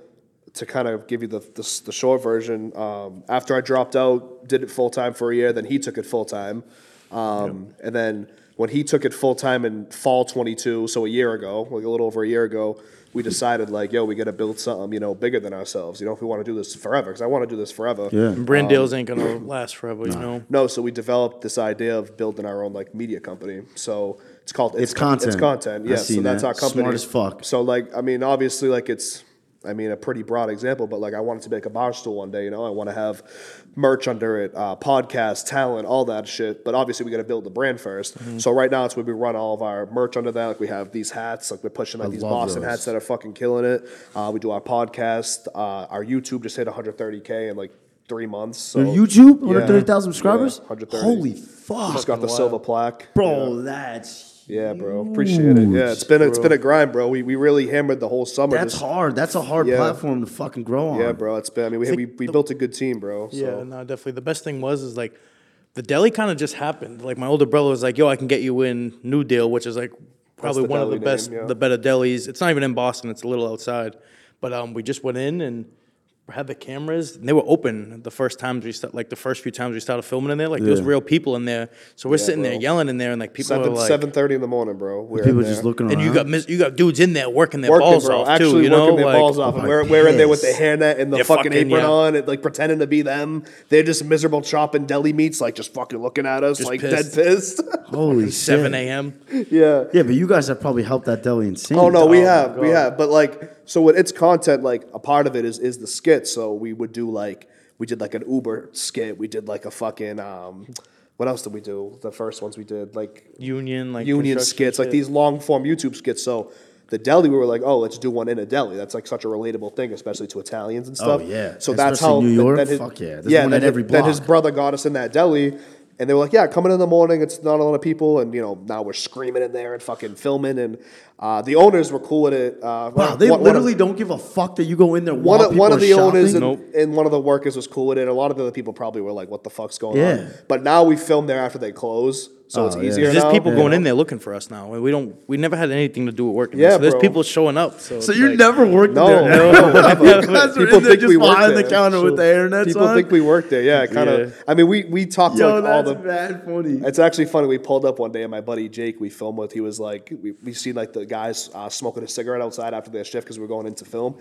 Speaker 2: to kind of give you the the, s- the short version. Um, after I dropped out, did it full time for a year. Then he took it full time, um, and then when he took it full time in fall twenty two, so a year ago, like a little over a year ago, we decided like, yo, we got to build something you know bigger than ourselves. You know, if we want to do this forever, because I want to do this forever.
Speaker 1: Yeah.
Speaker 4: brand deals ain't gonna last forever, you know.
Speaker 2: No, so we developed this idea of building our own like media company. So it's called
Speaker 1: It's content.
Speaker 2: It's content.
Speaker 1: I
Speaker 2: Yeah.
Speaker 1: seen
Speaker 2: So that's
Speaker 1: that.
Speaker 2: our company.
Speaker 1: Smart as fuck.
Speaker 2: So like, I mean, obviously, like it's, I mean, a pretty broad example, but like, I want it to be like a bar stool one day. You know, I want to have merch under it, uh, podcast, talent, all that shit. But obviously, we got to build the brand 1st
Speaker 1: Mm-hmm.
Speaker 2: So right now, it's where we run all of our merch under that. Like we have these hats. Like we're pushing like these
Speaker 1: love
Speaker 2: Boston
Speaker 1: those.
Speaker 2: hats that are fucking killing it. Uh, we do our podcast. Uh, our YouTube just hit 130k in like three months. So
Speaker 1: Your YouTube,
Speaker 2: Yeah.
Speaker 1: 130,000 subscribers.
Speaker 2: Yeah, 130.
Speaker 1: Holy fuck!
Speaker 2: Just got the silver plaque,
Speaker 1: Bro, that's
Speaker 2: Yeah, bro. Appreciate it. Yeah, it's been it's been a grind, bro. We, we really hammered the whole summer.
Speaker 1: that's
Speaker 2: just-
Speaker 1: hard. That's a hard
Speaker 2: Yeah.
Speaker 1: platform to fucking grow on.
Speaker 2: Yeah, bro. It's been. I mean, we, we, we built a good team, bro. So.
Speaker 4: Yeah.
Speaker 2: Yeah.
Speaker 3: No, definitely. The best thing was is like the deli kind of just happened. Like my older brother was like, "Yo, I can get you in New Deal, which is like probably
Speaker 2: the
Speaker 3: one of the
Speaker 2: deli
Speaker 3: best,
Speaker 2: name, yeah.
Speaker 3: the better delis. It's not even in Boston; it's a little outside. But um, we just went in and had the cameras, and they were open the first times we sta- like the first few times we started filming in there. Like there was
Speaker 1: Yeah.
Speaker 3: real people in there, so we're sitting
Speaker 2: bro.
Speaker 3: there yelling in there, and like people
Speaker 2: Seven
Speaker 3: are like,
Speaker 2: seven thirty in the morning, bro. We're
Speaker 1: People
Speaker 2: in
Speaker 1: just
Speaker 2: there.
Speaker 1: looking around.
Speaker 3: and you got mis- you got dudes in there working their
Speaker 2: Working,
Speaker 3: balls
Speaker 2: bro.
Speaker 3: off
Speaker 2: Actually
Speaker 3: too. You know,
Speaker 2: working their
Speaker 3: like
Speaker 2: balls off.
Speaker 1: Oh
Speaker 2: And
Speaker 1: my
Speaker 2: we're, we're in there with the
Speaker 1: piss.
Speaker 2: hairnet and the
Speaker 3: They're
Speaker 2: fucking,
Speaker 3: fucking,
Speaker 2: apron
Speaker 3: yeah.
Speaker 2: on, and like pretending to be them. They're just miserable chopping deli meats, like just fucking looking at us,
Speaker 3: Just
Speaker 2: like
Speaker 3: pissed.
Speaker 2: dead pissed. *laughs*
Speaker 1: Holy
Speaker 3: seven
Speaker 1: shit.
Speaker 3: a.m.
Speaker 2: yeah.
Speaker 1: Yeah, but you guys have probably helped that deli insane.
Speaker 2: Oh no, we
Speaker 4: Oh, my
Speaker 2: have, we
Speaker 4: God.
Speaker 2: have. But like, so with its content, like a part of it is is the skit. So we would do like we did like an Uber skit. We did like a fucking um, what else did we do? The first ones we did like
Speaker 3: Union like
Speaker 2: union
Speaker 3: construction
Speaker 2: skits, like
Speaker 3: shit.
Speaker 2: these long form YouTube skits. So the deli, we were like, oh, let's do one in a deli. That's like such a relatable thing, especially to Italians and stuff.
Speaker 1: Oh, yeah.
Speaker 2: So that's
Speaker 1: Especially
Speaker 2: how
Speaker 1: New
Speaker 2: then-
Speaker 1: York?
Speaker 2: then his-
Speaker 1: Fuck yeah. There's
Speaker 2: yeah.
Speaker 1: one
Speaker 2: then
Speaker 1: at every
Speaker 2: his- then his
Speaker 1: block.
Speaker 2: brother got us in that deli. And they were like, "Yeah, coming in the morning. It's not a lot of people, and you know now we're screaming in there and fucking filming." And uh, the owners were cool with it. Uh,
Speaker 1: Wow, they
Speaker 2: one- one of-
Speaker 1: literally don't give a fuck that you go in there.
Speaker 2: one of, one of the owners and,
Speaker 1: and
Speaker 2: and one of the workers was cool with it. A lot of the other people probably were like, "What the fuck's going
Speaker 1: Yeah.
Speaker 2: on?" But now we film there after they close, so it's
Speaker 1: Oh, yeah.
Speaker 2: easier.
Speaker 3: There's
Speaker 2: now.
Speaker 3: just people
Speaker 2: you
Speaker 3: going
Speaker 2: know?
Speaker 3: in there looking for us now. and We don't. We never had anything to do with working.
Speaker 2: Yeah,
Speaker 3: Yeah, so there's
Speaker 2: bro.
Speaker 3: people showing up. So,
Speaker 1: so
Speaker 3: it's
Speaker 1: you
Speaker 3: like-
Speaker 1: never worked
Speaker 2: No,
Speaker 1: there.
Speaker 2: *laughs* no, never.
Speaker 1: *laughs* You guys are
Speaker 2: People
Speaker 1: in there
Speaker 2: think we
Speaker 1: just
Speaker 2: work
Speaker 1: behind the
Speaker 2: there.
Speaker 1: counter with the internet
Speaker 2: People think we work there. Yeah, kind of.
Speaker 3: Yeah.
Speaker 2: I mean, we we talked to
Speaker 1: Yo,
Speaker 2: like all
Speaker 1: that's
Speaker 2: the.
Speaker 1: bad funny.
Speaker 2: It's actually funny. We pulled up one day, and my buddy Jake, we filmed with, he was like, we, we seen like the guys uh, smoking a cigarette outside after their shift because we were going into film.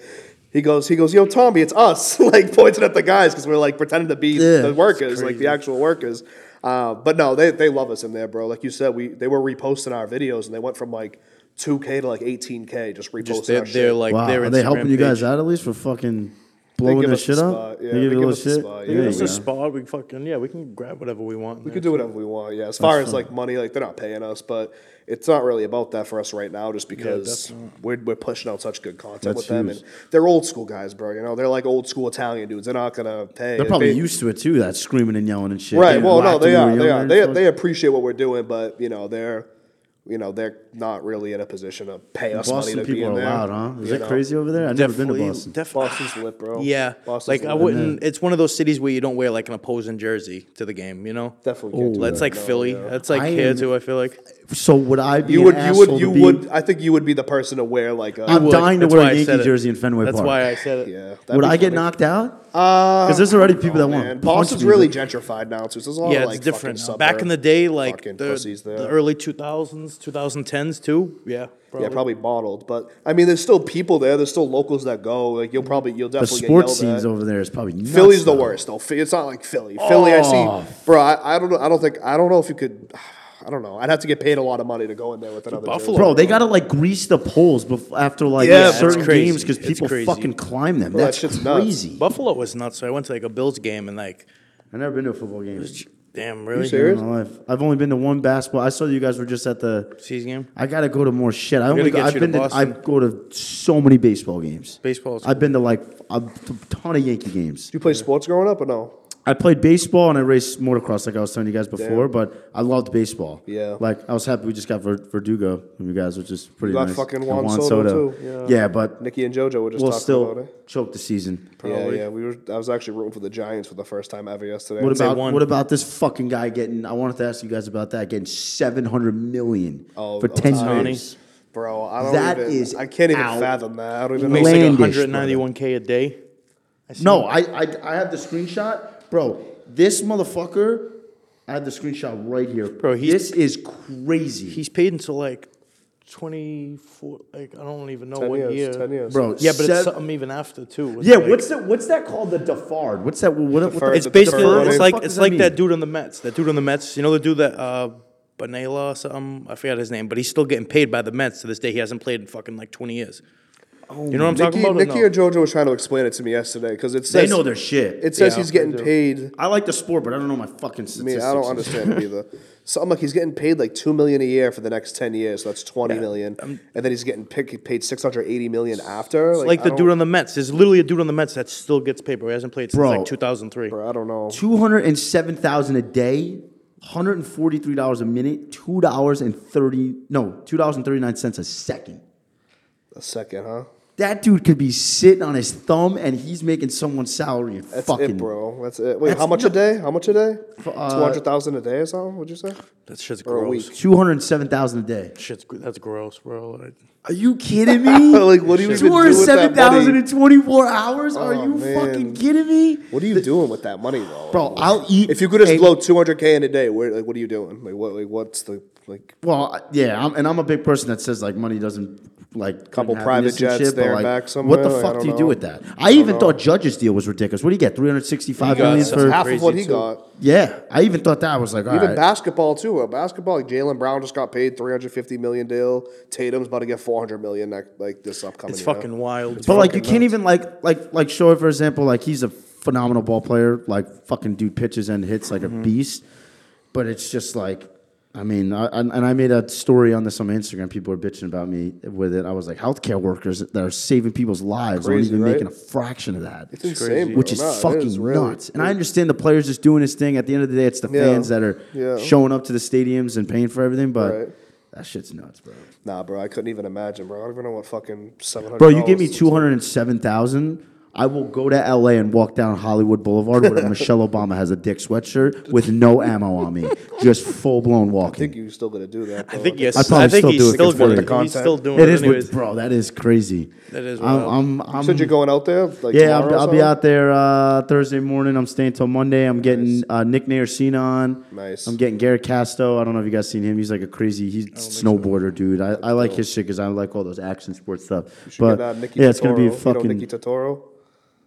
Speaker 2: He goes, he goes, yo, Tommy, it's us, *laughs* like pointing at the guys because we are like pretending to be
Speaker 1: Yeah.
Speaker 2: the workers, like the actual workers. Uh, but no, they, they love us in there, bro. Like you said, we they were reposting our videos, and they went from like 2K to like 18K, just reposting
Speaker 3: just
Speaker 2: our
Speaker 3: they're,
Speaker 2: shit.
Speaker 3: they're like
Speaker 1: Wow,
Speaker 3: they're
Speaker 1: are they helping
Speaker 3: Instagram
Speaker 1: you guys
Speaker 3: page.
Speaker 1: out at least for fucking? blowing
Speaker 2: give
Speaker 1: that
Speaker 2: us
Speaker 1: shit
Speaker 2: the
Speaker 1: up?
Speaker 2: spot, yeah,
Speaker 1: they give
Speaker 2: they
Speaker 1: you a
Speaker 2: give
Speaker 1: little
Speaker 2: us the
Speaker 1: shit.
Speaker 2: spot,
Speaker 1: There
Speaker 2: yeah.
Speaker 1: you
Speaker 4: It's
Speaker 1: go.
Speaker 4: a spot. We can fucking yeah. We can grab whatever we want.
Speaker 2: We could do whatever we want. Yeah, as far as like money, like they're not paying us, but it's not really about that for us right now, just because we're, we're pushing out such good content
Speaker 1: That's
Speaker 2: with them.
Speaker 1: huge.
Speaker 2: And they're old school guys, bro. You know, they're like old school Italian dudes. They're not gonna pay.
Speaker 1: They're probably
Speaker 2: they,
Speaker 1: used to it too. That screaming and yelling and shit.
Speaker 2: Right.
Speaker 1: Getting
Speaker 2: Well, no,
Speaker 1: whacked when
Speaker 2: they
Speaker 1: you were
Speaker 2: are. They
Speaker 1: younger
Speaker 2: are.
Speaker 1: and
Speaker 2: They,
Speaker 1: stuff.
Speaker 2: they appreciate what we're doing, but you know they're, you know they're not really in a position to pay us
Speaker 1: Boston
Speaker 2: money to be
Speaker 1: people
Speaker 2: in
Speaker 1: are
Speaker 2: there.
Speaker 1: loud, huh? Is
Speaker 2: you
Speaker 1: that
Speaker 2: know?
Speaker 1: crazy over there? I've never been to Boston.
Speaker 4: Definitely.
Speaker 2: Boston's lit, bro.
Speaker 3: *sighs* Yeah,
Speaker 2: Boston's
Speaker 3: like I
Speaker 2: lit.
Speaker 3: wouldn't. It's one of those cities where you don't wear like an opposing jersey to the game. You know,
Speaker 2: Definitely
Speaker 1: Oh,
Speaker 2: can't do
Speaker 3: That's
Speaker 2: that,
Speaker 3: like
Speaker 2: no,
Speaker 3: Philly.
Speaker 2: yeah.
Speaker 3: That's like
Speaker 1: I
Speaker 3: here
Speaker 1: am-
Speaker 3: too. I feel like
Speaker 1: So would I be?
Speaker 2: You
Speaker 1: an
Speaker 2: would. You
Speaker 1: asshole
Speaker 2: would.
Speaker 1: to
Speaker 2: You
Speaker 1: be-
Speaker 2: would. I think you would be the person to wear like a.
Speaker 1: I'm dying to
Speaker 3: That's
Speaker 1: wear
Speaker 3: why I
Speaker 1: a Yankee
Speaker 3: said it.
Speaker 1: jersey in Fenway
Speaker 3: that's
Speaker 1: Park.
Speaker 3: why I said it.
Speaker 2: Yeah. that'd
Speaker 1: would
Speaker 2: be
Speaker 1: I get
Speaker 2: funny. Uh,
Speaker 1: knocked out? Because there's already Uh, people that want.
Speaker 2: Oh, Man,
Speaker 1: to
Speaker 2: Boston's
Speaker 1: punch me.
Speaker 2: really gentrified now too. So there's a lot
Speaker 3: Yeah,
Speaker 2: of
Speaker 3: it's
Speaker 2: like
Speaker 3: different.
Speaker 2: fucking
Speaker 3: Back in the
Speaker 2: suburb
Speaker 3: day, like the,
Speaker 2: fucking pussies there.
Speaker 3: the early 2000s, 2010s too. Yeah, probably.
Speaker 2: yeah, probably bottled. But I mean, there's still people there. There's still locals that go. Like you'll probably you'll
Speaker 1: The
Speaker 2: definitely
Speaker 1: sports
Speaker 2: get yelled
Speaker 1: scenes
Speaker 2: at.
Speaker 1: over there is probably nuts,
Speaker 2: Philly's the
Speaker 1: though.
Speaker 2: worst though. Ph- It's not like Philly. Philly, I
Speaker 1: Oh.
Speaker 2: see, bro. I, I don't know. I don't think I don't know if you could. *sighs* I don't know. I'd have to get paid a lot of money to go in there with another
Speaker 3: Buffalo.
Speaker 2: jersey.
Speaker 1: Bro, they gotta like grease the poles bef- after like
Speaker 2: Yeah, it's
Speaker 1: certain
Speaker 3: crazy.
Speaker 1: games because
Speaker 3: It's
Speaker 1: people
Speaker 3: crazy.
Speaker 1: fucking climb them.
Speaker 2: Bro, that
Speaker 1: That's
Speaker 2: shit's nuts.
Speaker 1: crazy.
Speaker 3: Buffalo was nuts. So I went to like a Bills game and like,
Speaker 1: I've never been to a football game
Speaker 3: damn, really?
Speaker 2: serious?
Speaker 1: in my life. I've only been to one basketball. I saw you guys were just at the.
Speaker 3: Seas game?
Speaker 1: I gotta go to more shit. I only
Speaker 3: gotta
Speaker 1: go,
Speaker 3: get
Speaker 1: I've
Speaker 3: you to
Speaker 1: been to, I
Speaker 3: Boston.
Speaker 1: go to so many baseball games.
Speaker 3: Baseball's
Speaker 1: I've been to like a ton of Yankee games.
Speaker 2: Do you play sports growing up or no?
Speaker 1: I played baseball and I raced motocross, like I was telling you guys before.
Speaker 2: Damn.
Speaker 1: But I loved baseball.
Speaker 2: Yeah.
Speaker 1: like I was happy we just got Ver- Verdugo from you guys, which is pretty
Speaker 2: You got
Speaker 1: nice. And
Speaker 2: fucking Juan Soto, too.
Speaker 1: Yeah.
Speaker 2: Yeah.
Speaker 1: but
Speaker 2: Nikki and JoJo were just
Speaker 1: we'll
Speaker 2: talking about
Speaker 1: still
Speaker 2: it.
Speaker 1: choke the season.
Speaker 2: Yeah, yeah. We were. I was actually rooting for the Giants for the first time ever yesterday.
Speaker 1: What about
Speaker 3: one.
Speaker 1: what about this fucking guy getting? I wanted to ask you guys about that getting seven hundred million
Speaker 2: Oh,
Speaker 1: for ten
Speaker 2: Ohtani.
Speaker 1: years.
Speaker 2: bro? I don't
Speaker 1: That
Speaker 2: even.
Speaker 1: is
Speaker 2: I can't even
Speaker 1: out-
Speaker 2: fathom that. I don't even know.
Speaker 3: Makes like
Speaker 1: Landish,
Speaker 3: 191k a day.
Speaker 1: No, I, I I have the screenshot, bro. This motherfucker, I have the screenshot right here,
Speaker 3: Bro, he's-
Speaker 1: this is crazy,
Speaker 3: He's paid until like 24. Like I don't even know
Speaker 2: Ten
Speaker 3: what
Speaker 2: years,
Speaker 3: year.
Speaker 2: Ten years,
Speaker 1: bro.
Speaker 3: Yeah, but it's
Speaker 1: sev-
Speaker 3: something even after too. It's
Speaker 1: Yeah,
Speaker 3: like-
Speaker 1: what's that? What's that called? The defard? What's that? What, what
Speaker 2: Deferred.
Speaker 1: the,
Speaker 3: It's
Speaker 2: the deferred
Speaker 3: basically
Speaker 2: voting.
Speaker 3: it's
Speaker 1: What the
Speaker 3: like
Speaker 1: fuck does
Speaker 3: it's
Speaker 1: that
Speaker 3: like
Speaker 1: mean?
Speaker 3: that dude on the Mets. That dude on the Mets. You know the dude that uh Benela or something. I forgot his name, but he's still getting paid by the Mets to this day. He hasn't played in fucking like twenty years. you know what I'm talking
Speaker 2: Nikki,
Speaker 3: about?
Speaker 2: Nikki
Speaker 3: or
Speaker 2: or
Speaker 3: no?
Speaker 2: JoJo was trying to explain it to me yesterday because it
Speaker 1: they
Speaker 2: says
Speaker 1: know their shit.
Speaker 2: it says
Speaker 3: Yeah,
Speaker 2: he's getting paid.
Speaker 1: I like the sport, but I don't know my fucking
Speaker 2: I
Speaker 1: statistics.
Speaker 2: mean, I don't understand it either. So I'm like, he's getting paid like two million a year for the next ten years. So that's twenty million, and then he's getting pick, paid six hundred eighty million after.
Speaker 3: Like
Speaker 2: I
Speaker 3: the
Speaker 2: don't-
Speaker 3: dude on the Mets. There's literally a dude on the Mets that still gets paid, but he hasn't played since
Speaker 1: Bro.
Speaker 3: like 2003.
Speaker 2: Bro, I don't know.
Speaker 1: Two hundred and seven thousand a day, hundred and forty-three dollars a minute, two dollars and thirty no, two dollars and thirty-nine cents a second.
Speaker 2: A second, huh?
Speaker 1: That dude could be sitting on his thumb, and he's making someone's salary.
Speaker 2: That's
Speaker 1: fucking
Speaker 2: it, bro. That's it. Wait,
Speaker 1: That's
Speaker 2: how much a
Speaker 1: not-
Speaker 2: day? How much a day? Two
Speaker 1: uh,
Speaker 2: hundred thousand a day or something? Would you say?
Speaker 3: That shit's
Speaker 2: Or a
Speaker 3: gross.
Speaker 2: week?
Speaker 1: Two hundred seven thousand a day.
Speaker 3: Shit's gr- that's gross, bro. Like,
Speaker 1: Are you
Speaker 2: *laughs*
Speaker 1: kidding me?
Speaker 2: Like, what do you even do
Speaker 1: Two hundred
Speaker 2: with
Speaker 1: seven
Speaker 2: that
Speaker 1: thousand
Speaker 2: money?
Speaker 1: in twenty-four hours? Are
Speaker 2: Oh,
Speaker 1: you
Speaker 2: man.
Speaker 1: fucking kidding me?
Speaker 2: What are you doing with that money, though?
Speaker 1: Bro, I'll eat.
Speaker 2: if you could just
Speaker 1: a-
Speaker 2: blow two hundred k in a day, where, like, what are you doing? Like, what? Like, what's the like?
Speaker 1: Well, I- yeah, I'm, and I'm a big person that says like money doesn't like
Speaker 2: Couple
Speaker 1: bring happiness
Speaker 2: private
Speaker 1: and
Speaker 2: jets
Speaker 1: shit, but,
Speaker 2: there and
Speaker 1: like,
Speaker 2: back
Speaker 1: What the
Speaker 2: somewhere,
Speaker 1: fuck
Speaker 2: I
Speaker 1: do you
Speaker 2: don't
Speaker 1: do
Speaker 2: know.
Speaker 1: with that? I, even thought Judge's deal was ridiculous. What do you get? Three hundred sixty-five
Speaker 3: He
Speaker 1: million
Speaker 3: got
Speaker 1: for
Speaker 3: some
Speaker 2: Half of what
Speaker 3: Crazy,
Speaker 2: he
Speaker 3: too.
Speaker 2: got.
Speaker 1: yeah. I even thought that I was like all
Speaker 2: Even
Speaker 1: right.
Speaker 2: basketball too. Uh, basketball, like Jalen Brown just got paid three hundred fifty million deal. Tatum's about to get four hundred million next, like this upcoming.
Speaker 3: it's
Speaker 2: year.
Speaker 3: fucking wild.
Speaker 1: But like you can't even like like like show it for example like he's a phenomenal ball player like fucking dude pitches and hits like
Speaker 2: Mm-hmm.
Speaker 1: a beast, but it's just like I mean I, and and I made a story on this on my Instagram people were bitching about me with it I was like healthcare workers that are saving people's lives aren't
Speaker 2: Crazy,
Speaker 1: even
Speaker 2: right?
Speaker 1: making a fraction of that
Speaker 2: It's insane, bro.
Speaker 1: which is
Speaker 2: No, it
Speaker 1: fucking
Speaker 2: is really-
Speaker 1: nuts and I understand the players just doing his thing at the end of the day it's the
Speaker 2: Yeah.
Speaker 1: fans that are
Speaker 2: Yeah.
Speaker 1: showing up to the stadiums and paying for everything but
Speaker 2: Right.
Speaker 1: that shit's nuts bro.
Speaker 2: Nah, bro, I couldn't even imagine, bro. I don't even know what fucking seven hundred.
Speaker 1: Bro, you give me two hundred and seven thousand. I will go to LA and walk down Hollywood Boulevard
Speaker 2: *laughs*
Speaker 1: where Michelle Obama has a dick sweatshirt with no ammo on me, just full blown
Speaker 2: I think
Speaker 1: walking.
Speaker 2: you're still gonna do that.
Speaker 3: I
Speaker 2: though.
Speaker 3: think yes.
Speaker 1: I'd
Speaker 3: I,
Speaker 1: probably
Speaker 3: think
Speaker 1: still
Speaker 3: he's
Speaker 1: do it
Speaker 3: still
Speaker 1: for the
Speaker 3: going.
Speaker 2: content.
Speaker 3: He's still doing
Speaker 1: It
Speaker 3: it,
Speaker 1: is, with-
Speaker 3: anyways.
Speaker 1: bro. That is crazy.
Speaker 3: That is wild.
Speaker 1: I'm, I'm, I'm,
Speaker 2: You said you're going out there. Like,
Speaker 1: yeah, I'll,
Speaker 2: tomorrow or
Speaker 1: I'll be
Speaker 2: something?
Speaker 1: out there uh, Thursday morning. I'm staying till Monday. I'm getting uh, Nick Naircina on.
Speaker 2: Nice.
Speaker 1: I'm getting Garrett Casto. I don't know if you guys seen him. He's like a crazy he's snowboarder dude. I, I like his shit because I like all those action sports stuff. But
Speaker 2: Get, uh, Nicky
Speaker 1: yeah, it's gonna be
Speaker 2: Totoro. You know
Speaker 1: fucking.
Speaker 2: Nicky Totoro.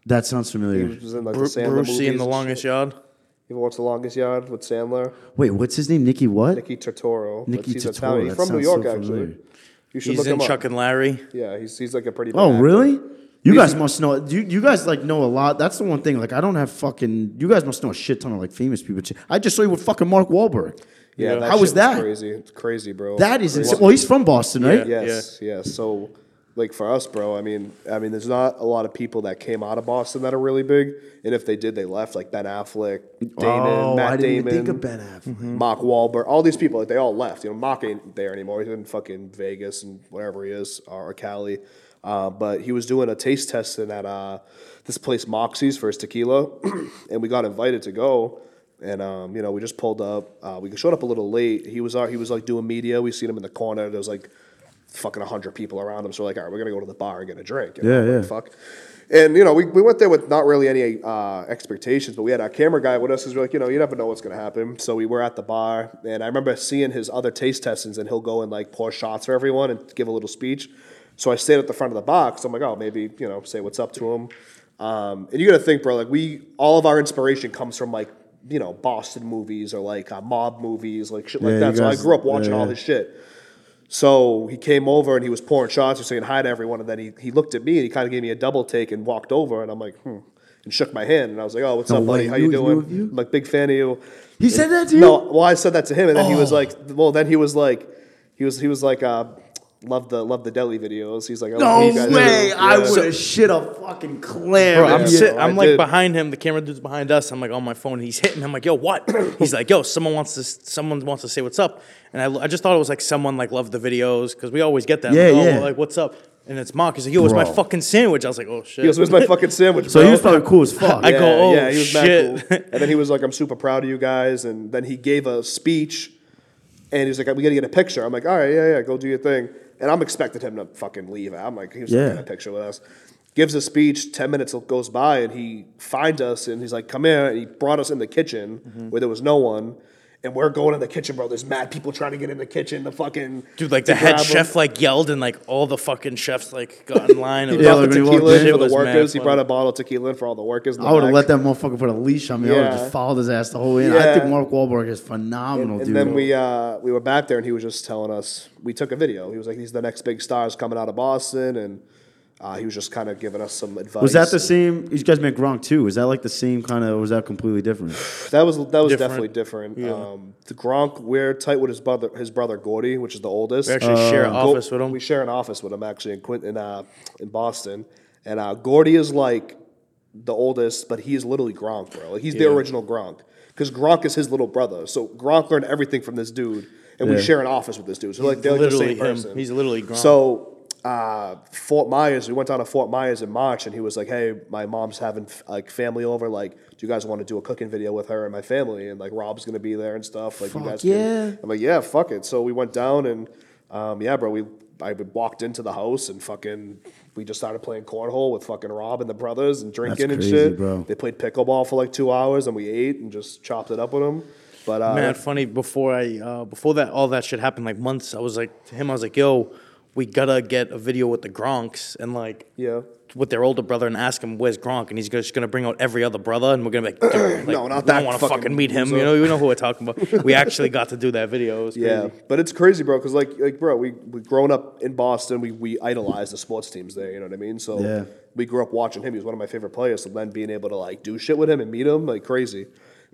Speaker 1: that sounds familiar.
Speaker 2: He was in like
Speaker 3: Bru-
Speaker 2: the Sandler
Speaker 3: Brucey in
Speaker 2: movies
Speaker 3: the
Speaker 2: and
Speaker 3: longest
Speaker 2: shit.
Speaker 3: yard.
Speaker 2: You ever watch The Longest Yard with Sandler?
Speaker 1: Wait, what's his name? Nikki what?
Speaker 2: Nicky Totoro. but
Speaker 1: Nicky
Speaker 2: he's
Speaker 1: Totoro,
Speaker 2: Italian.
Speaker 1: that
Speaker 2: He's from New
Speaker 1: sounds so
Speaker 2: York, actually.
Speaker 1: familiar.
Speaker 2: You should
Speaker 3: He's
Speaker 2: look
Speaker 3: in
Speaker 2: him
Speaker 3: Chuck
Speaker 2: up.
Speaker 3: and Larry.
Speaker 2: Yeah, he's he's like a pretty. big
Speaker 1: oh,
Speaker 2: actor.
Speaker 1: really? You You guys must know. You, you guys like know a lot. That's the one thing. Like I don't have fucking. You guys must know a shit ton of like famous people. I just saw you with fucking Mark Wahlberg.
Speaker 2: Yeah, that
Speaker 1: how
Speaker 2: shit
Speaker 1: was that?
Speaker 2: crazy. It's crazy, bro.
Speaker 1: That is
Speaker 2: Crazy.
Speaker 1: insane. Well, he's from Boston, right?
Speaker 4: Yeah.
Speaker 2: Yes, yes. So, like for us, bro. I mean, I mean, there's not a lot of people that came out of Boston that are really big, and if they did, they left. Like Ben Affleck, Damon,
Speaker 1: Oh,
Speaker 2: Matt
Speaker 1: I didn't even
Speaker 2: Damon,
Speaker 1: think of Ben Affleck.
Speaker 2: Mark Wahlberg, all these people. Like, they all left. You know, Mark ain't there anymore. He's in fucking Vegas and wherever he is, or, or Cali. Uh, but he was doing a taste testing at uh, this place Moxie's for his tequila, *clears throat* and we got invited to go. And um, you know, we just pulled up. Uh, we showed up a little late. He was out. He was like doing media. We seen him in the corner. There was like fucking 100 people around him. So we're like, all right, we're going to go to the bar and get a drink. You know,
Speaker 1: Yeah,
Speaker 2: like,
Speaker 1: yeah.
Speaker 2: Fuck. And, you know, we, we went there with not really any uh, expectations, but we had our camera guy with us because we're like, you know, you never know what's going to happen. So we were at the bar, and I remember seeing his other taste testings, and he'll go and, like, pour shots for everyone and give a little speech. So I stayed at the front of the box. I'm like, oh, maybe, you know, say what's up to him. Um, and you got to think, bro, like, we, all of our inspiration comes from, like, you know, Boston movies or, like, uh, mob movies, like, shit like
Speaker 1: Yeah, you
Speaker 2: that. So I
Speaker 1: guys-
Speaker 2: grew up watching
Speaker 1: yeah,
Speaker 2: all
Speaker 1: yeah.
Speaker 2: this shit. So he came over and he was pouring shots, he was saying hi to everyone, and then he, he looked at me and he kind of gave me a double take and walked over, and I'm like, hmm, and shook my hand, and I was like, oh, what's
Speaker 1: No
Speaker 2: up, buddy?
Speaker 1: way.
Speaker 2: How
Speaker 1: He
Speaker 2: you
Speaker 1: knew- he knew
Speaker 2: doing?
Speaker 1: of you?
Speaker 2: I'm like, big fan of you.
Speaker 1: He said that to you. Oh.
Speaker 2: No, well, I said that to him, and then he was like, well, then he was like, he was he was like, uh, love the love the deli videos. He's like, I love
Speaker 1: No
Speaker 2: you guys
Speaker 1: way!
Speaker 2: do.
Speaker 1: I
Speaker 2: Yeah.
Speaker 1: would have shit a fucking clam.
Speaker 3: Bro, I'm,
Speaker 2: Yeah,
Speaker 3: sit,
Speaker 2: bro, I
Speaker 3: I'm like
Speaker 2: did.
Speaker 3: behind him. The camera dude's behind us. I'm like on my phone. He's hitting. I'm like, yo, what? He's like, yo, someone wants to. Someone wants to say what's up. And I, I just thought it was like someone like loved the videos because we always get that.
Speaker 1: Yeah,
Speaker 3: like, oh,
Speaker 1: yeah.
Speaker 3: Like what's up? And it's Mark. He's like, yo, it's my
Speaker 1: Bro.
Speaker 3: fucking sandwich. I was like, oh shit.
Speaker 2: He goes, where's my fucking sandwich?
Speaker 1: so he
Speaker 2: bro?"
Speaker 1: was probably cool as fuck.
Speaker 3: *laughs* I go, oh
Speaker 2: mad
Speaker 3: shit. *laughs*
Speaker 2: cool. And then he was like, I'm super proud of you guys. And then he gave a speech and he was like, we got to get a picture. I'm like, all right, yeah, yeah, go do your thing. And I'm expecting him to fucking leave. I'm like, he was
Speaker 1: Yeah.
Speaker 2: yeah. getting a picture with us. Gives a speech, 10 minutes goes by, and he finds us and he's like, come here. And he brought us in the kitchen
Speaker 3: Mm-hmm.
Speaker 2: where there was no one. And we're going in the kitchen, bro. There's mad people trying to get in the kitchen. The fucking
Speaker 3: Dude, like
Speaker 2: to
Speaker 3: the head
Speaker 2: grab 'em.
Speaker 3: chef like yelled and like all the fucking chefs like got
Speaker 2: *laughs*
Speaker 3: in line. It was
Speaker 1: Yeah,
Speaker 2: Brought
Speaker 1: like,
Speaker 2: the
Speaker 1: when he walked
Speaker 2: tequila
Speaker 1: in,
Speaker 2: in
Speaker 3: it
Speaker 2: for the
Speaker 3: was mad
Speaker 2: workers. He
Speaker 3: funny.
Speaker 2: brought a bottle of tequila in for all the workers. in the
Speaker 1: I would have
Speaker 2: back.
Speaker 1: let that motherfucker put a leash on me. I would have
Speaker 2: Yeah.
Speaker 1: just followed his ass the whole way. in. I
Speaker 2: Yeah.
Speaker 1: think Mark Wahlberg is phenomenal,
Speaker 2: And
Speaker 1: dude.
Speaker 2: then we uh, we were back there, and he was just telling us we took a video. He was like, "These are the next big stars coming out of Boston," and uh, he was just kind of giving us some advice.
Speaker 1: was that the same? You guys met Gronk too. Was that like the same kind of? Was that completely different?
Speaker 2: That was that was
Speaker 3: Different.
Speaker 2: definitely different. Um, the Gronk, we're tight with his brother, his brother Gordy, which is the oldest.
Speaker 3: We actually share an
Speaker 2: Go-
Speaker 3: office with him.
Speaker 2: We share an office with him actually in Quint in, uh, in Boston, and uh, Gordy is like the oldest, but he is literally Gronk, bro. Like, he's the original Gronk because Gronk is his little brother. So Gronk learned everything from this dude, and we share an office with this dude. So like they're like the
Speaker 3: literally
Speaker 2: same
Speaker 3: him.
Speaker 2: person.
Speaker 3: He's literally Gronk.
Speaker 2: So uh, Fort Myers, we went down to Fort Myers in March, and he was like, "Hey, my mom's having f- like family over. Like, do you guys want to do a cooking video with her and my family? And like Rob's gonna be there and stuff. Like,
Speaker 1: Fuck
Speaker 2: you guys,
Speaker 1: yeah.
Speaker 2: Can, I'm like, yeah, fuck it. So we went down and, um, yeah, bro, we I walked into the house and fucking we just started playing cornhole with fucking Rob and the brothers and drinking
Speaker 1: crazy,
Speaker 2: and shit.
Speaker 1: bro.
Speaker 2: They played pickleball for like two hours and we ate and just chopped it up with them. But uh,
Speaker 3: mad funny before I uh, before that all that shit happened like months I was like to him I was like yo we gotta get a video with the Gronks and like
Speaker 2: yeah.
Speaker 3: with their older brother and ask him where's Gronk and he's just gonna bring out every other brother and we're
Speaker 2: *clears throat*
Speaker 3: gonna be like, dude, like
Speaker 2: No, not that
Speaker 3: we don't wanna
Speaker 2: fucking
Speaker 3: fucking meet him
Speaker 2: loser.
Speaker 3: you know you know who we're
Speaker 2: *laughs*
Speaker 3: talking about we actually got to do that video it was crazy.
Speaker 2: Yeah, but it's crazy, bro. Because like, like, bro, we we grown up in Boston. We we idolized the sports teams there. You know what I mean? So
Speaker 1: Yeah.
Speaker 2: we grew up watching him. He was one of my favorite players. So then being able to like do shit with him and meet him like crazy.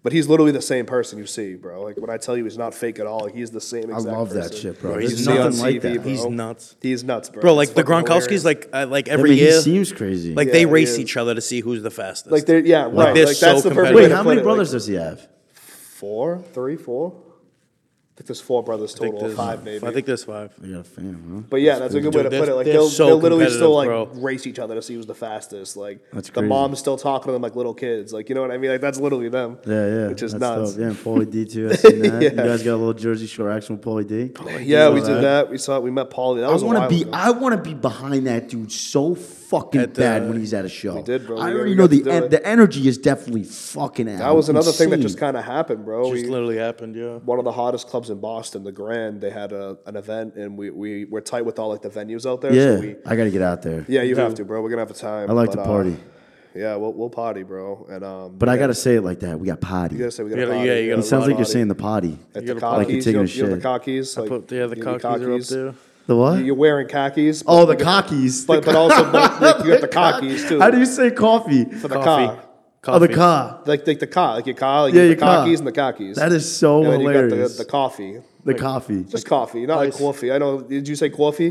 Speaker 2: But he's literally the same person you see, bro. Like when I tell you he's not fake at all, he's the same. Exact
Speaker 1: love that
Speaker 2: person
Speaker 1: shit, bro.
Speaker 2: you
Speaker 1: There's
Speaker 2: see on
Speaker 1: nothing like that.
Speaker 2: bro.
Speaker 3: He's nuts.
Speaker 2: He's nuts, bro.
Speaker 3: bro
Speaker 2: It's
Speaker 3: like the
Speaker 2: fucking
Speaker 3: Gronkowski's
Speaker 2: hilarious.
Speaker 3: like uh, like
Speaker 1: I
Speaker 3: every
Speaker 1: mean, he
Speaker 3: year
Speaker 1: seems crazy.
Speaker 3: like
Speaker 2: Yeah,
Speaker 3: they
Speaker 2: he
Speaker 3: race
Speaker 2: is.
Speaker 3: each other to see who's the fastest
Speaker 2: like they're yeah, right. Like,
Speaker 3: they're
Speaker 2: that's
Speaker 3: so
Speaker 2: the perfect
Speaker 3: competitive.
Speaker 2: way
Speaker 1: Wait,
Speaker 2: to
Speaker 1: how
Speaker 2: put
Speaker 1: many
Speaker 2: it, like,
Speaker 1: brothers does he have?
Speaker 2: four, three, four. I think there's four brothers
Speaker 3: I think
Speaker 2: total.
Speaker 3: there's-
Speaker 2: Five maybe.
Speaker 3: I think there's five
Speaker 1: I got a fam, huh?
Speaker 2: But yeah, that's a good way to
Speaker 3: Dude,
Speaker 2: put it.
Speaker 3: they're-
Speaker 2: Like
Speaker 3: they're
Speaker 2: they'll,
Speaker 3: so
Speaker 2: they'll literally still like
Speaker 3: competitive,
Speaker 2: race each other to see who's the fastest. Like
Speaker 1: That's
Speaker 2: the
Speaker 1: crazy.
Speaker 2: mom's still talking to them like little kids. Like you know what I mean? Like that's literally them.
Speaker 1: Yeah, yeah.
Speaker 2: Which is
Speaker 1: that's
Speaker 2: nuts.
Speaker 1: dope. Yeah, and Paulie D
Speaker 2: *laughs*
Speaker 1: too. I seen that.
Speaker 2: Yeah.
Speaker 1: You guys got a little Jersey Shore action with Paulie D.
Speaker 2: Yeah, we
Speaker 1: Saw
Speaker 2: did that. We saw it. We met Paulie. That
Speaker 1: I
Speaker 2: was a
Speaker 1: want to
Speaker 2: while
Speaker 1: be.
Speaker 2: ago.
Speaker 1: I want to be behind that dude so fucking
Speaker 3: At the-
Speaker 1: bad when he's at a show. We
Speaker 2: did, bro.
Speaker 1: I
Speaker 2: We
Speaker 1: already
Speaker 2: already
Speaker 1: know
Speaker 2: got to
Speaker 1: the
Speaker 2: do
Speaker 1: en-
Speaker 2: it.
Speaker 1: the energy is definitely fucking out.
Speaker 2: that was another thing that just
Speaker 1: Insane.
Speaker 2: kind of happened, bro.
Speaker 3: just
Speaker 2: We-
Speaker 3: literally happened yeah
Speaker 2: one of the hottest clubs in Boston, the Grand. They had a, an event, and we we were tight with all like the venues out there. so
Speaker 1: Yeah,
Speaker 2: we,
Speaker 1: I got to get out there.
Speaker 2: yeah, you have to, bro. We're gonna have a time.
Speaker 1: I like to
Speaker 2: but, uh,
Speaker 1: party,
Speaker 2: yeah, we'll we'll party, bro. And um,
Speaker 1: but I
Speaker 2: yeah,
Speaker 1: got to say it like that. We got potty.
Speaker 2: You gotta
Speaker 1: It
Speaker 2: say we gotta,
Speaker 3: gotta-
Speaker 2: potty.
Speaker 3: yeah, you
Speaker 2: We
Speaker 3: gotta
Speaker 2: gotta
Speaker 1: sounds like you're
Speaker 2: potty.
Speaker 1: saying the potty.
Speaker 2: At
Speaker 3: You
Speaker 2: the
Speaker 3: gotta potty.
Speaker 1: Like you're
Speaker 2: cockies, you know,
Speaker 1: taking a
Speaker 2: you know the
Speaker 1: shit.
Speaker 2: cockies. Like,
Speaker 3: Put- yeah the
Speaker 2: you
Speaker 3: cockies
Speaker 2: know
Speaker 3: are up there
Speaker 1: The what?
Speaker 2: You're wearing khakis. but
Speaker 1: Oh, the
Speaker 2: you got-
Speaker 1: cockies.
Speaker 2: But, but also, but, like,
Speaker 1: *laughs*
Speaker 2: you got the cockies too.
Speaker 1: How do you say coffee?
Speaker 2: for the
Speaker 3: Coffee.
Speaker 2: car?
Speaker 1: Oh, the
Speaker 3: Coffee.
Speaker 1: car.
Speaker 2: Like, like the car, like your car, like
Speaker 1: Yeah,
Speaker 2: you
Speaker 1: your car.
Speaker 2: got the cockies and the cockies.
Speaker 1: That is so
Speaker 2: and then You got
Speaker 1: hilarious.
Speaker 2: the, the coffee.
Speaker 1: the coffee.
Speaker 2: Just coffee, not like
Speaker 4: Ice.
Speaker 2: coffee. I know. Did you say coffee?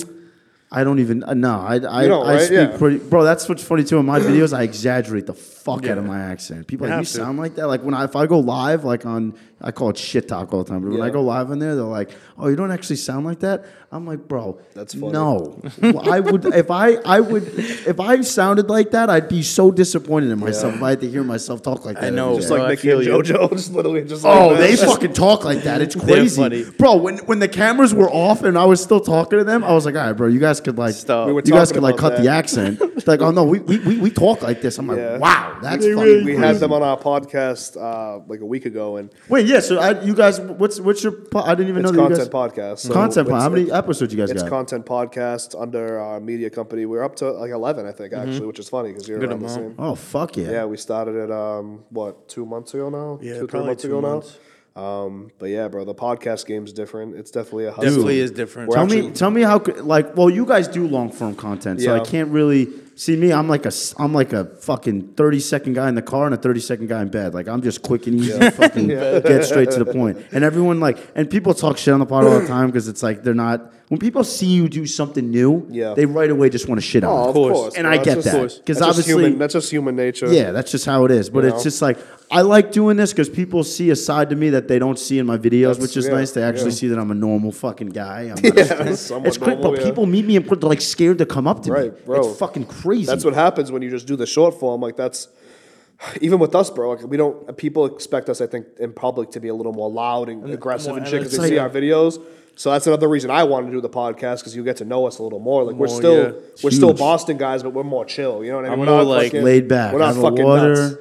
Speaker 1: I don't even uh, no. I I,
Speaker 2: You don't,
Speaker 1: I
Speaker 2: right?
Speaker 1: speak
Speaker 2: Yeah.
Speaker 1: pretty bro. That's what's funny too. In my videos, I exaggerate the fuck out of
Speaker 4: Yeah.
Speaker 1: my accent. People are
Speaker 4: You
Speaker 1: like you
Speaker 4: have to.
Speaker 1: sound like that. Like when I if I go live, like on I call it shit talk all the time. But when I
Speaker 2: Yeah.
Speaker 1: go live on there, they're like, "Oh, you don't actually sound like that." I'm like, "Bro,
Speaker 2: That's funny.
Speaker 1: No, Well, I would if I I would if I sounded like that, I'd be so disappointed in myself if I had to hear myself talk like that. every
Speaker 3: know,
Speaker 1: day.
Speaker 2: Just
Speaker 3: Bro,
Speaker 2: like
Speaker 3: I
Speaker 2: Mickey
Speaker 3: feel
Speaker 2: and
Speaker 3: you.
Speaker 2: JoJo, *laughs* just literally just. Like
Speaker 1: Oh, they
Speaker 2: this.
Speaker 1: fucking talk like that. It's crazy,
Speaker 4: funny.
Speaker 1: bro. When when the cameras were off and I was still talking to them, I was like, all right, bro, you guys could like,
Speaker 4: Stop.
Speaker 2: We were
Speaker 1: you guys
Speaker 2: talking
Speaker 1: could like
Speaker 2: about
Speaker 1: cut
Speaker 2: that.
Speaker 1: the accent. It's like, oh no, we we, we, we talk like this. I'm like,
Speaker 2: Yeah.
Speaker 1: wow, that's
Speaker 4: They
Speaker 1: fucking.
Speaker 4: really-
Speaker 2: We
Speaker 1: crazy.
Speaker 2: had them on our podcast uh, like a week ago, and
Speaker 1: Wait, yeah. So I, you guys, what's what's your? Po- I didn't even
Speaker 2: it's
Speaker 1: know that you
Speaker 2: content
Speaker 1: guys.
Speaker 2: podcast. so
Speaker 1: content pod.
Speaker 2: it's-
Speaker 1: How many
Speaker 2: it's-
Speaker 1: episodes you guys
Speaker 2: It's
Speaker 1: got?
Speaker 2: content podcast under our media company. We're up to like eleven, I think,
Speaker 1: Mm-hmm.
Speaker 2: actually, which is funny because you're around the same.
Speaker 1: oh fuck yeah.
Speaker 2: Yeah, we started it um what two months ago now.
Speaker 4: Yeah,
Speaker 2: two, three
Speaker 4: probably
Speaker 2: months
Speaker 4: two
Speaker 2: ago
Speaker 4: months.
Speaker 2: now. Um, but yeah, bro, the podcast game's different. It's definitely a hustle.
Speaker 5: Definitely is different.
Speaker 2: We're
Speaker 1: Tell
Speaker 2: actually-
Speaker 1: me, tell me how could- like well you guys do long form content, so I
Speaker 2: Yeah.
Speaker 1: can't really see me. I'm like a s- I'm like a fucking thirty second guy in the car and a thirty second guy in bed. Like I'm just quick and easy,
Speaker 2: *laughs*
Speaker 1: fucking get straight to the point. And everyone like and people talk shit on the pod all the time because it's like they're not when people see you do something new,
Speaker 2: Yeah.
Speaker 1: they right away just want to shit on.
Speaker 2: Oh,
Speaker 1: it.
Speaker 2: of course.
Speaker 1: And
Speaker 2: bro,
Speaker 1: I
Speaker 2: that's
Speaker 1: get
Speaker 2: just-
Speaker 1: that,
Speaker 2: that's
Speaker 1: 'cause
Speaker 2: just
Speaker 1: obviously-
Speaker 2: human- that's just human nature.
Speaker 1: Yeah, that's just how it is. But
Speaker 2: You
Speaker 1: it's
Speaker 2: know?
Speaker 1: just like I like doing this because people see a side to me that they don't see in my videos,
Speaker 2: That's-
Speaker 1: which is
Speaker 2: yeah,
Speaker 1: nice. They actually
Speaker 2: yeah.
Speaker 1: see that I'm a normal fucking guy.
Speaker 2: *laughs*
Speaker 1: I'm not *laughs*
Speaker 2: Yeah,
Speaker 1: stupid.
Speaker 2: it's somewhat
Speaker 1: it's quick,
Speaker 2: normal,
Speaker 1: but
Speaker 2: yeah.
Speaker 1: people meet me and put- they're like scared to come up to me.
Speaker 2: Right, bro.
Speaker 1: It's fucking crazy.
Speaker 2: That's what happens when you just do the short form. Like that's even with us, bro. Like we don't. People expect us, I think, in public to be a little more loud and aggressive
Speaker 4: more-
Speaker 2: and
Speaker 4: and
Speaker 2: shit because
Speaker 4: it's
Speaker 2: they see
Speaker 4: like-
Speaker 2: our videos. So that's another reason I wanted to do the podcast because you get to know us a little more. Like we're
Speaker 4: More,
Speaker 2: still
Speaker 4: yeah.
Speaker 2: we're still
Speaker 1: Huge.
Speaker 2: Boston guys, but we're more chill. You know what I mean?
Speaker 5: I'm
Speaker 2: we're
Speaker 5: more like
Speaker 1: laid back.
Speaker 2: We're not
Speaker 1: I have a
Speaker 2: fucking
Speaker 1: water.
Speaker 2: nuts.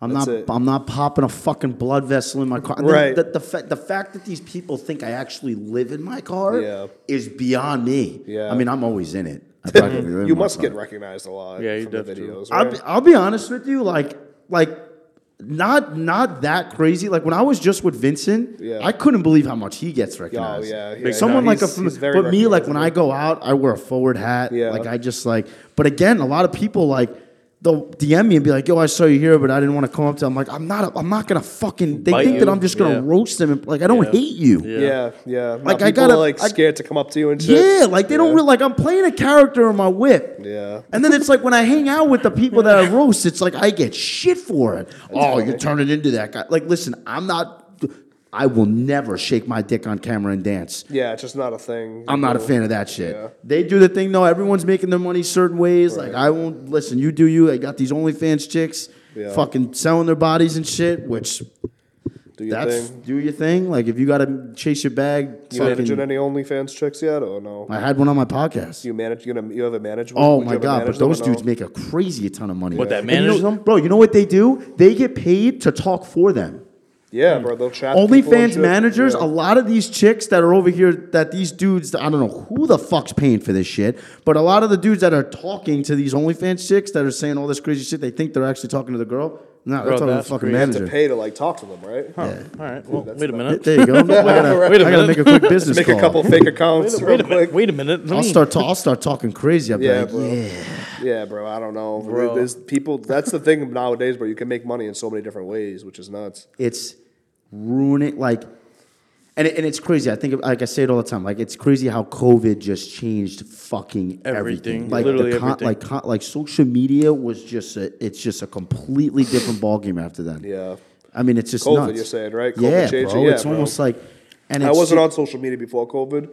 Speaker 1: I'm
Speaker 2: That's
Speaker 1: not.
Speaker 2: it.
Speaker 1: I'm not popping a fucking blood vessel in my car. And then
Speaker 2: Right.
Speaker 1: The, the, fa- the fact that these people think I actually live in my car
Speaker 2: Yeah.
Speaker 1: is beyond me.
Speaker 2: Yeah.
Speaker 1: I mean, I'm always in it.
Speaker 2: *laughs*
Speaker 1: I practically live in
Speaker 2: You
Speaker 1: my
Speaker 2: must
Speaker 1: car.
Speaker 2: get recognized a lot.
Speaker 4: Yeah, you
Speaker 2: from the
Speaker 4: definitely-
Speaker 2: videos.
Speaker 1: I'll
Speaker 2: right?
Speaker 1: be, I'll be honest with you, like like not not that crazy. Like when I was just with Vincent,
Speaker 2: Yeah. Oh,
Speaker 1: I couldn't believe how much he gets recognized.
Speaker 2: yeah, yeah,
Speaker 1: Like, someone
Speaker 2: no,
Speaker 1: like a
Speaker 2: he's- he's very
Speaker 1: but me like when I go
Speaker 2: recognizable.
Speaker 1: out, I wear a forward hat.
Speaker 2: Yeah.
Speaker 1: like I just like. But again, a lot of people like. They'll DM me and be like, "Yo, I saw you here, but I didn't want to come up to." I'm like, "I'm not. I'm not gonna fucking." They
Speaker 4: Bite
Speaker 1: think that
Speaker 4: you.
Speaker 1: I'm just gonna
Speaker 4: Yeah.
Speaker 1: roast them. And, like, I don't hate you.
Speaker 4: Yeah.
Speaker 2: yeah, yeah. Now
Speaker 1: Like, I
Speaker 2: people
Speaker 1: gotta-
Speaker 2: are, like
Speaker 1: I-
Speaker 2: scared to come up to you and shit.
Speaker 1: Yeah, like they don't
Speaker 2: Yeah.
Speaker 1: really like I'm playing a character on my whip.
Speaker 2: Yeah.
Speaker 1: And then it's like when I hang out with the people
Speaker 2: *laughs*
Speaker 1: that I roast, it's like I get shit for it. oh,
Speaker 2: funny.
Speaker 1: you're turning into that guy. Like, listen, I'm not I will never shake my dick on camera and dance.
Speaker 2: Yeah, it's just not a thing.
Speaker 1: I'm not a
Speaker 2: People-
Speaker 1: fan of that shit.
Speaker 2: Yeah.
Speaker 1: They do the thing though, everyone's making their money certain ways. Like I won't listen, you do you. I got these OnlyFans chicks
Speaker 2: Yeah.
Speaker 1: fucking selling their bodies and shit, which
Speaker 2: Do your
Speaker 1: that's
Speaker 2: thing.
Speaker 1: do your thing. Like if you gotta chase your bag,
Speaker 2: You
Speaker 1: fucking-
Speaker 2: managing any OnlyFans chicks yet, or no?
Speaker 1: I had one on my podcast.
Speaker 2: Do you manage? You gonna you have a manager?
Speaker 1: Oh
Speaker 2: would you
Speaker 1: my
Speaker 2: ever
Speaker 1: god!
Speaker 2: manage
Speaker 1: But
Speaker 2: them or
Speaker 1: those
Speaker 2: no?
Speaker 1: dudes make a crazy ton of money.
Speaker 3: What, that
Speaker 1: And you know-
Speaker 3: manage them?
Speaker 1: bro. You know what they do? They get paid to talk for them.
Speaker 2: Yeah, bro, they'll chat. people and
Speaker 1: OnlyFans
Speaker 2: shit.
Speaker 1: managers,
Speaker 2: Yeah.
Speaker 1: a lot of these chicks that are over here, that these dudes, I don't know who the fuck's paying for this shit, but a lot of the dudes that are talking to these OnlyFans chicks that are saying all this crazy shit, they think they're actually talking to the girl. No, they're
Speaker 4: Bro,
Speaker 1: talking to the
Speaker 4: that's
Speaker 1: fucking
Speaker 4: crazy. You have
Speaker 2: to
Speaker 1: manager.
Speaker 2: pay to like talk to them, right?
Speaker 4: All right. Well,
Speaker 2: that's
Speaker 4: wait a
Speaker 2: about-
Speaker 4: minute.
Speaker 1: There you
Speaker 2: *laughs*
Speaker 1: go. I gotta,
Speaker 4: Wait a
Speaker 1: I gotta
Speaker 4: minute.
Speaker 1: make a quick business
Speaker 2: Make
Speaker 1: call.
Speaker 2: a couple fake accounts
Speaker 4: Wait a
Speaker 2: real quick.
Speaker 4: minute. Wait a minute.
Speaker 2: *laughs*
Speaker 4: Let
Speaker 1: I'll
Speaker 4: me-
Speaker 1: start. Ta- I'll start talking crazy. I'll be
Speaker 2: Yeah,
Speaker 1: like,
Speaker 2: bro.
Speaker 1: yeah.
Speaker 2: Yeah, bro, I don't know.
Speaker 4: Bro.
Speaker 2: There's people. That's the thing nowadays, bro. You can make money in so many different ways, which is nuts.
Speaker 1: it's ruining like and, it, and it's crazy. I think, like I say it all the time, like it's crazy how COVID just changed fucking everything.
Speaker 4: Everything.
Speaker 1: Like
Speaker 4: Literally
Speaker 1: the con-
Speaker 4: everything.
Speaker 1: like con- like social media was just a, it's just a completely different ballgame after then.
Speaker 2: Yeah.
Speaker 1: I mean, it's just
Speaker 2: COVID,
Speaker 1: nuts.
Speaker 2: you're saying, right? COVID
Speaker 1: yeah,
Speaker 2: changed it.
Speaker 1: bro.
Speaker 2: Yeah,
Speaker 1: it's
Speaker 2: bro.
Speaker 1: almost like, and it's
Speaker 2: I wasn't
Speaker 1: ju-
Speaker 2: on social media before COVID,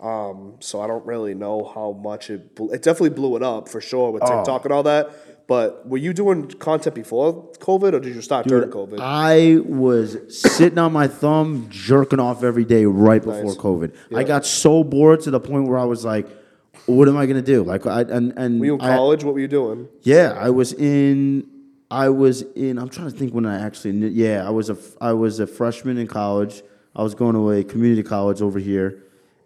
Speaker 2: um, so I don't really know how much it. Blew, it definitely blew it up for sure
Speaker 4: Oh.
Speaker 2: with TikTok and all that. But were you doing content before COVID, or did you start during COVID?
Speaker 1: I was sitting on my thumb, jerking off every day right before
Speaker 2: Nice.
Speaker 1: COVID. I
Speaker 2: Yeah.
Speaker 1: got so bored to the point where I was like, "What am I gonna do?" Like, I and and
Speaker 2: were you in
Speaker 1: I-
Speaker 2: college? what were you doing?
Speaker 1: Yeah, I was in. I was in. I'm trying to think when I actually. Knew, yeah, I was a. f- I was a freshman in college. I was going to a community college over here,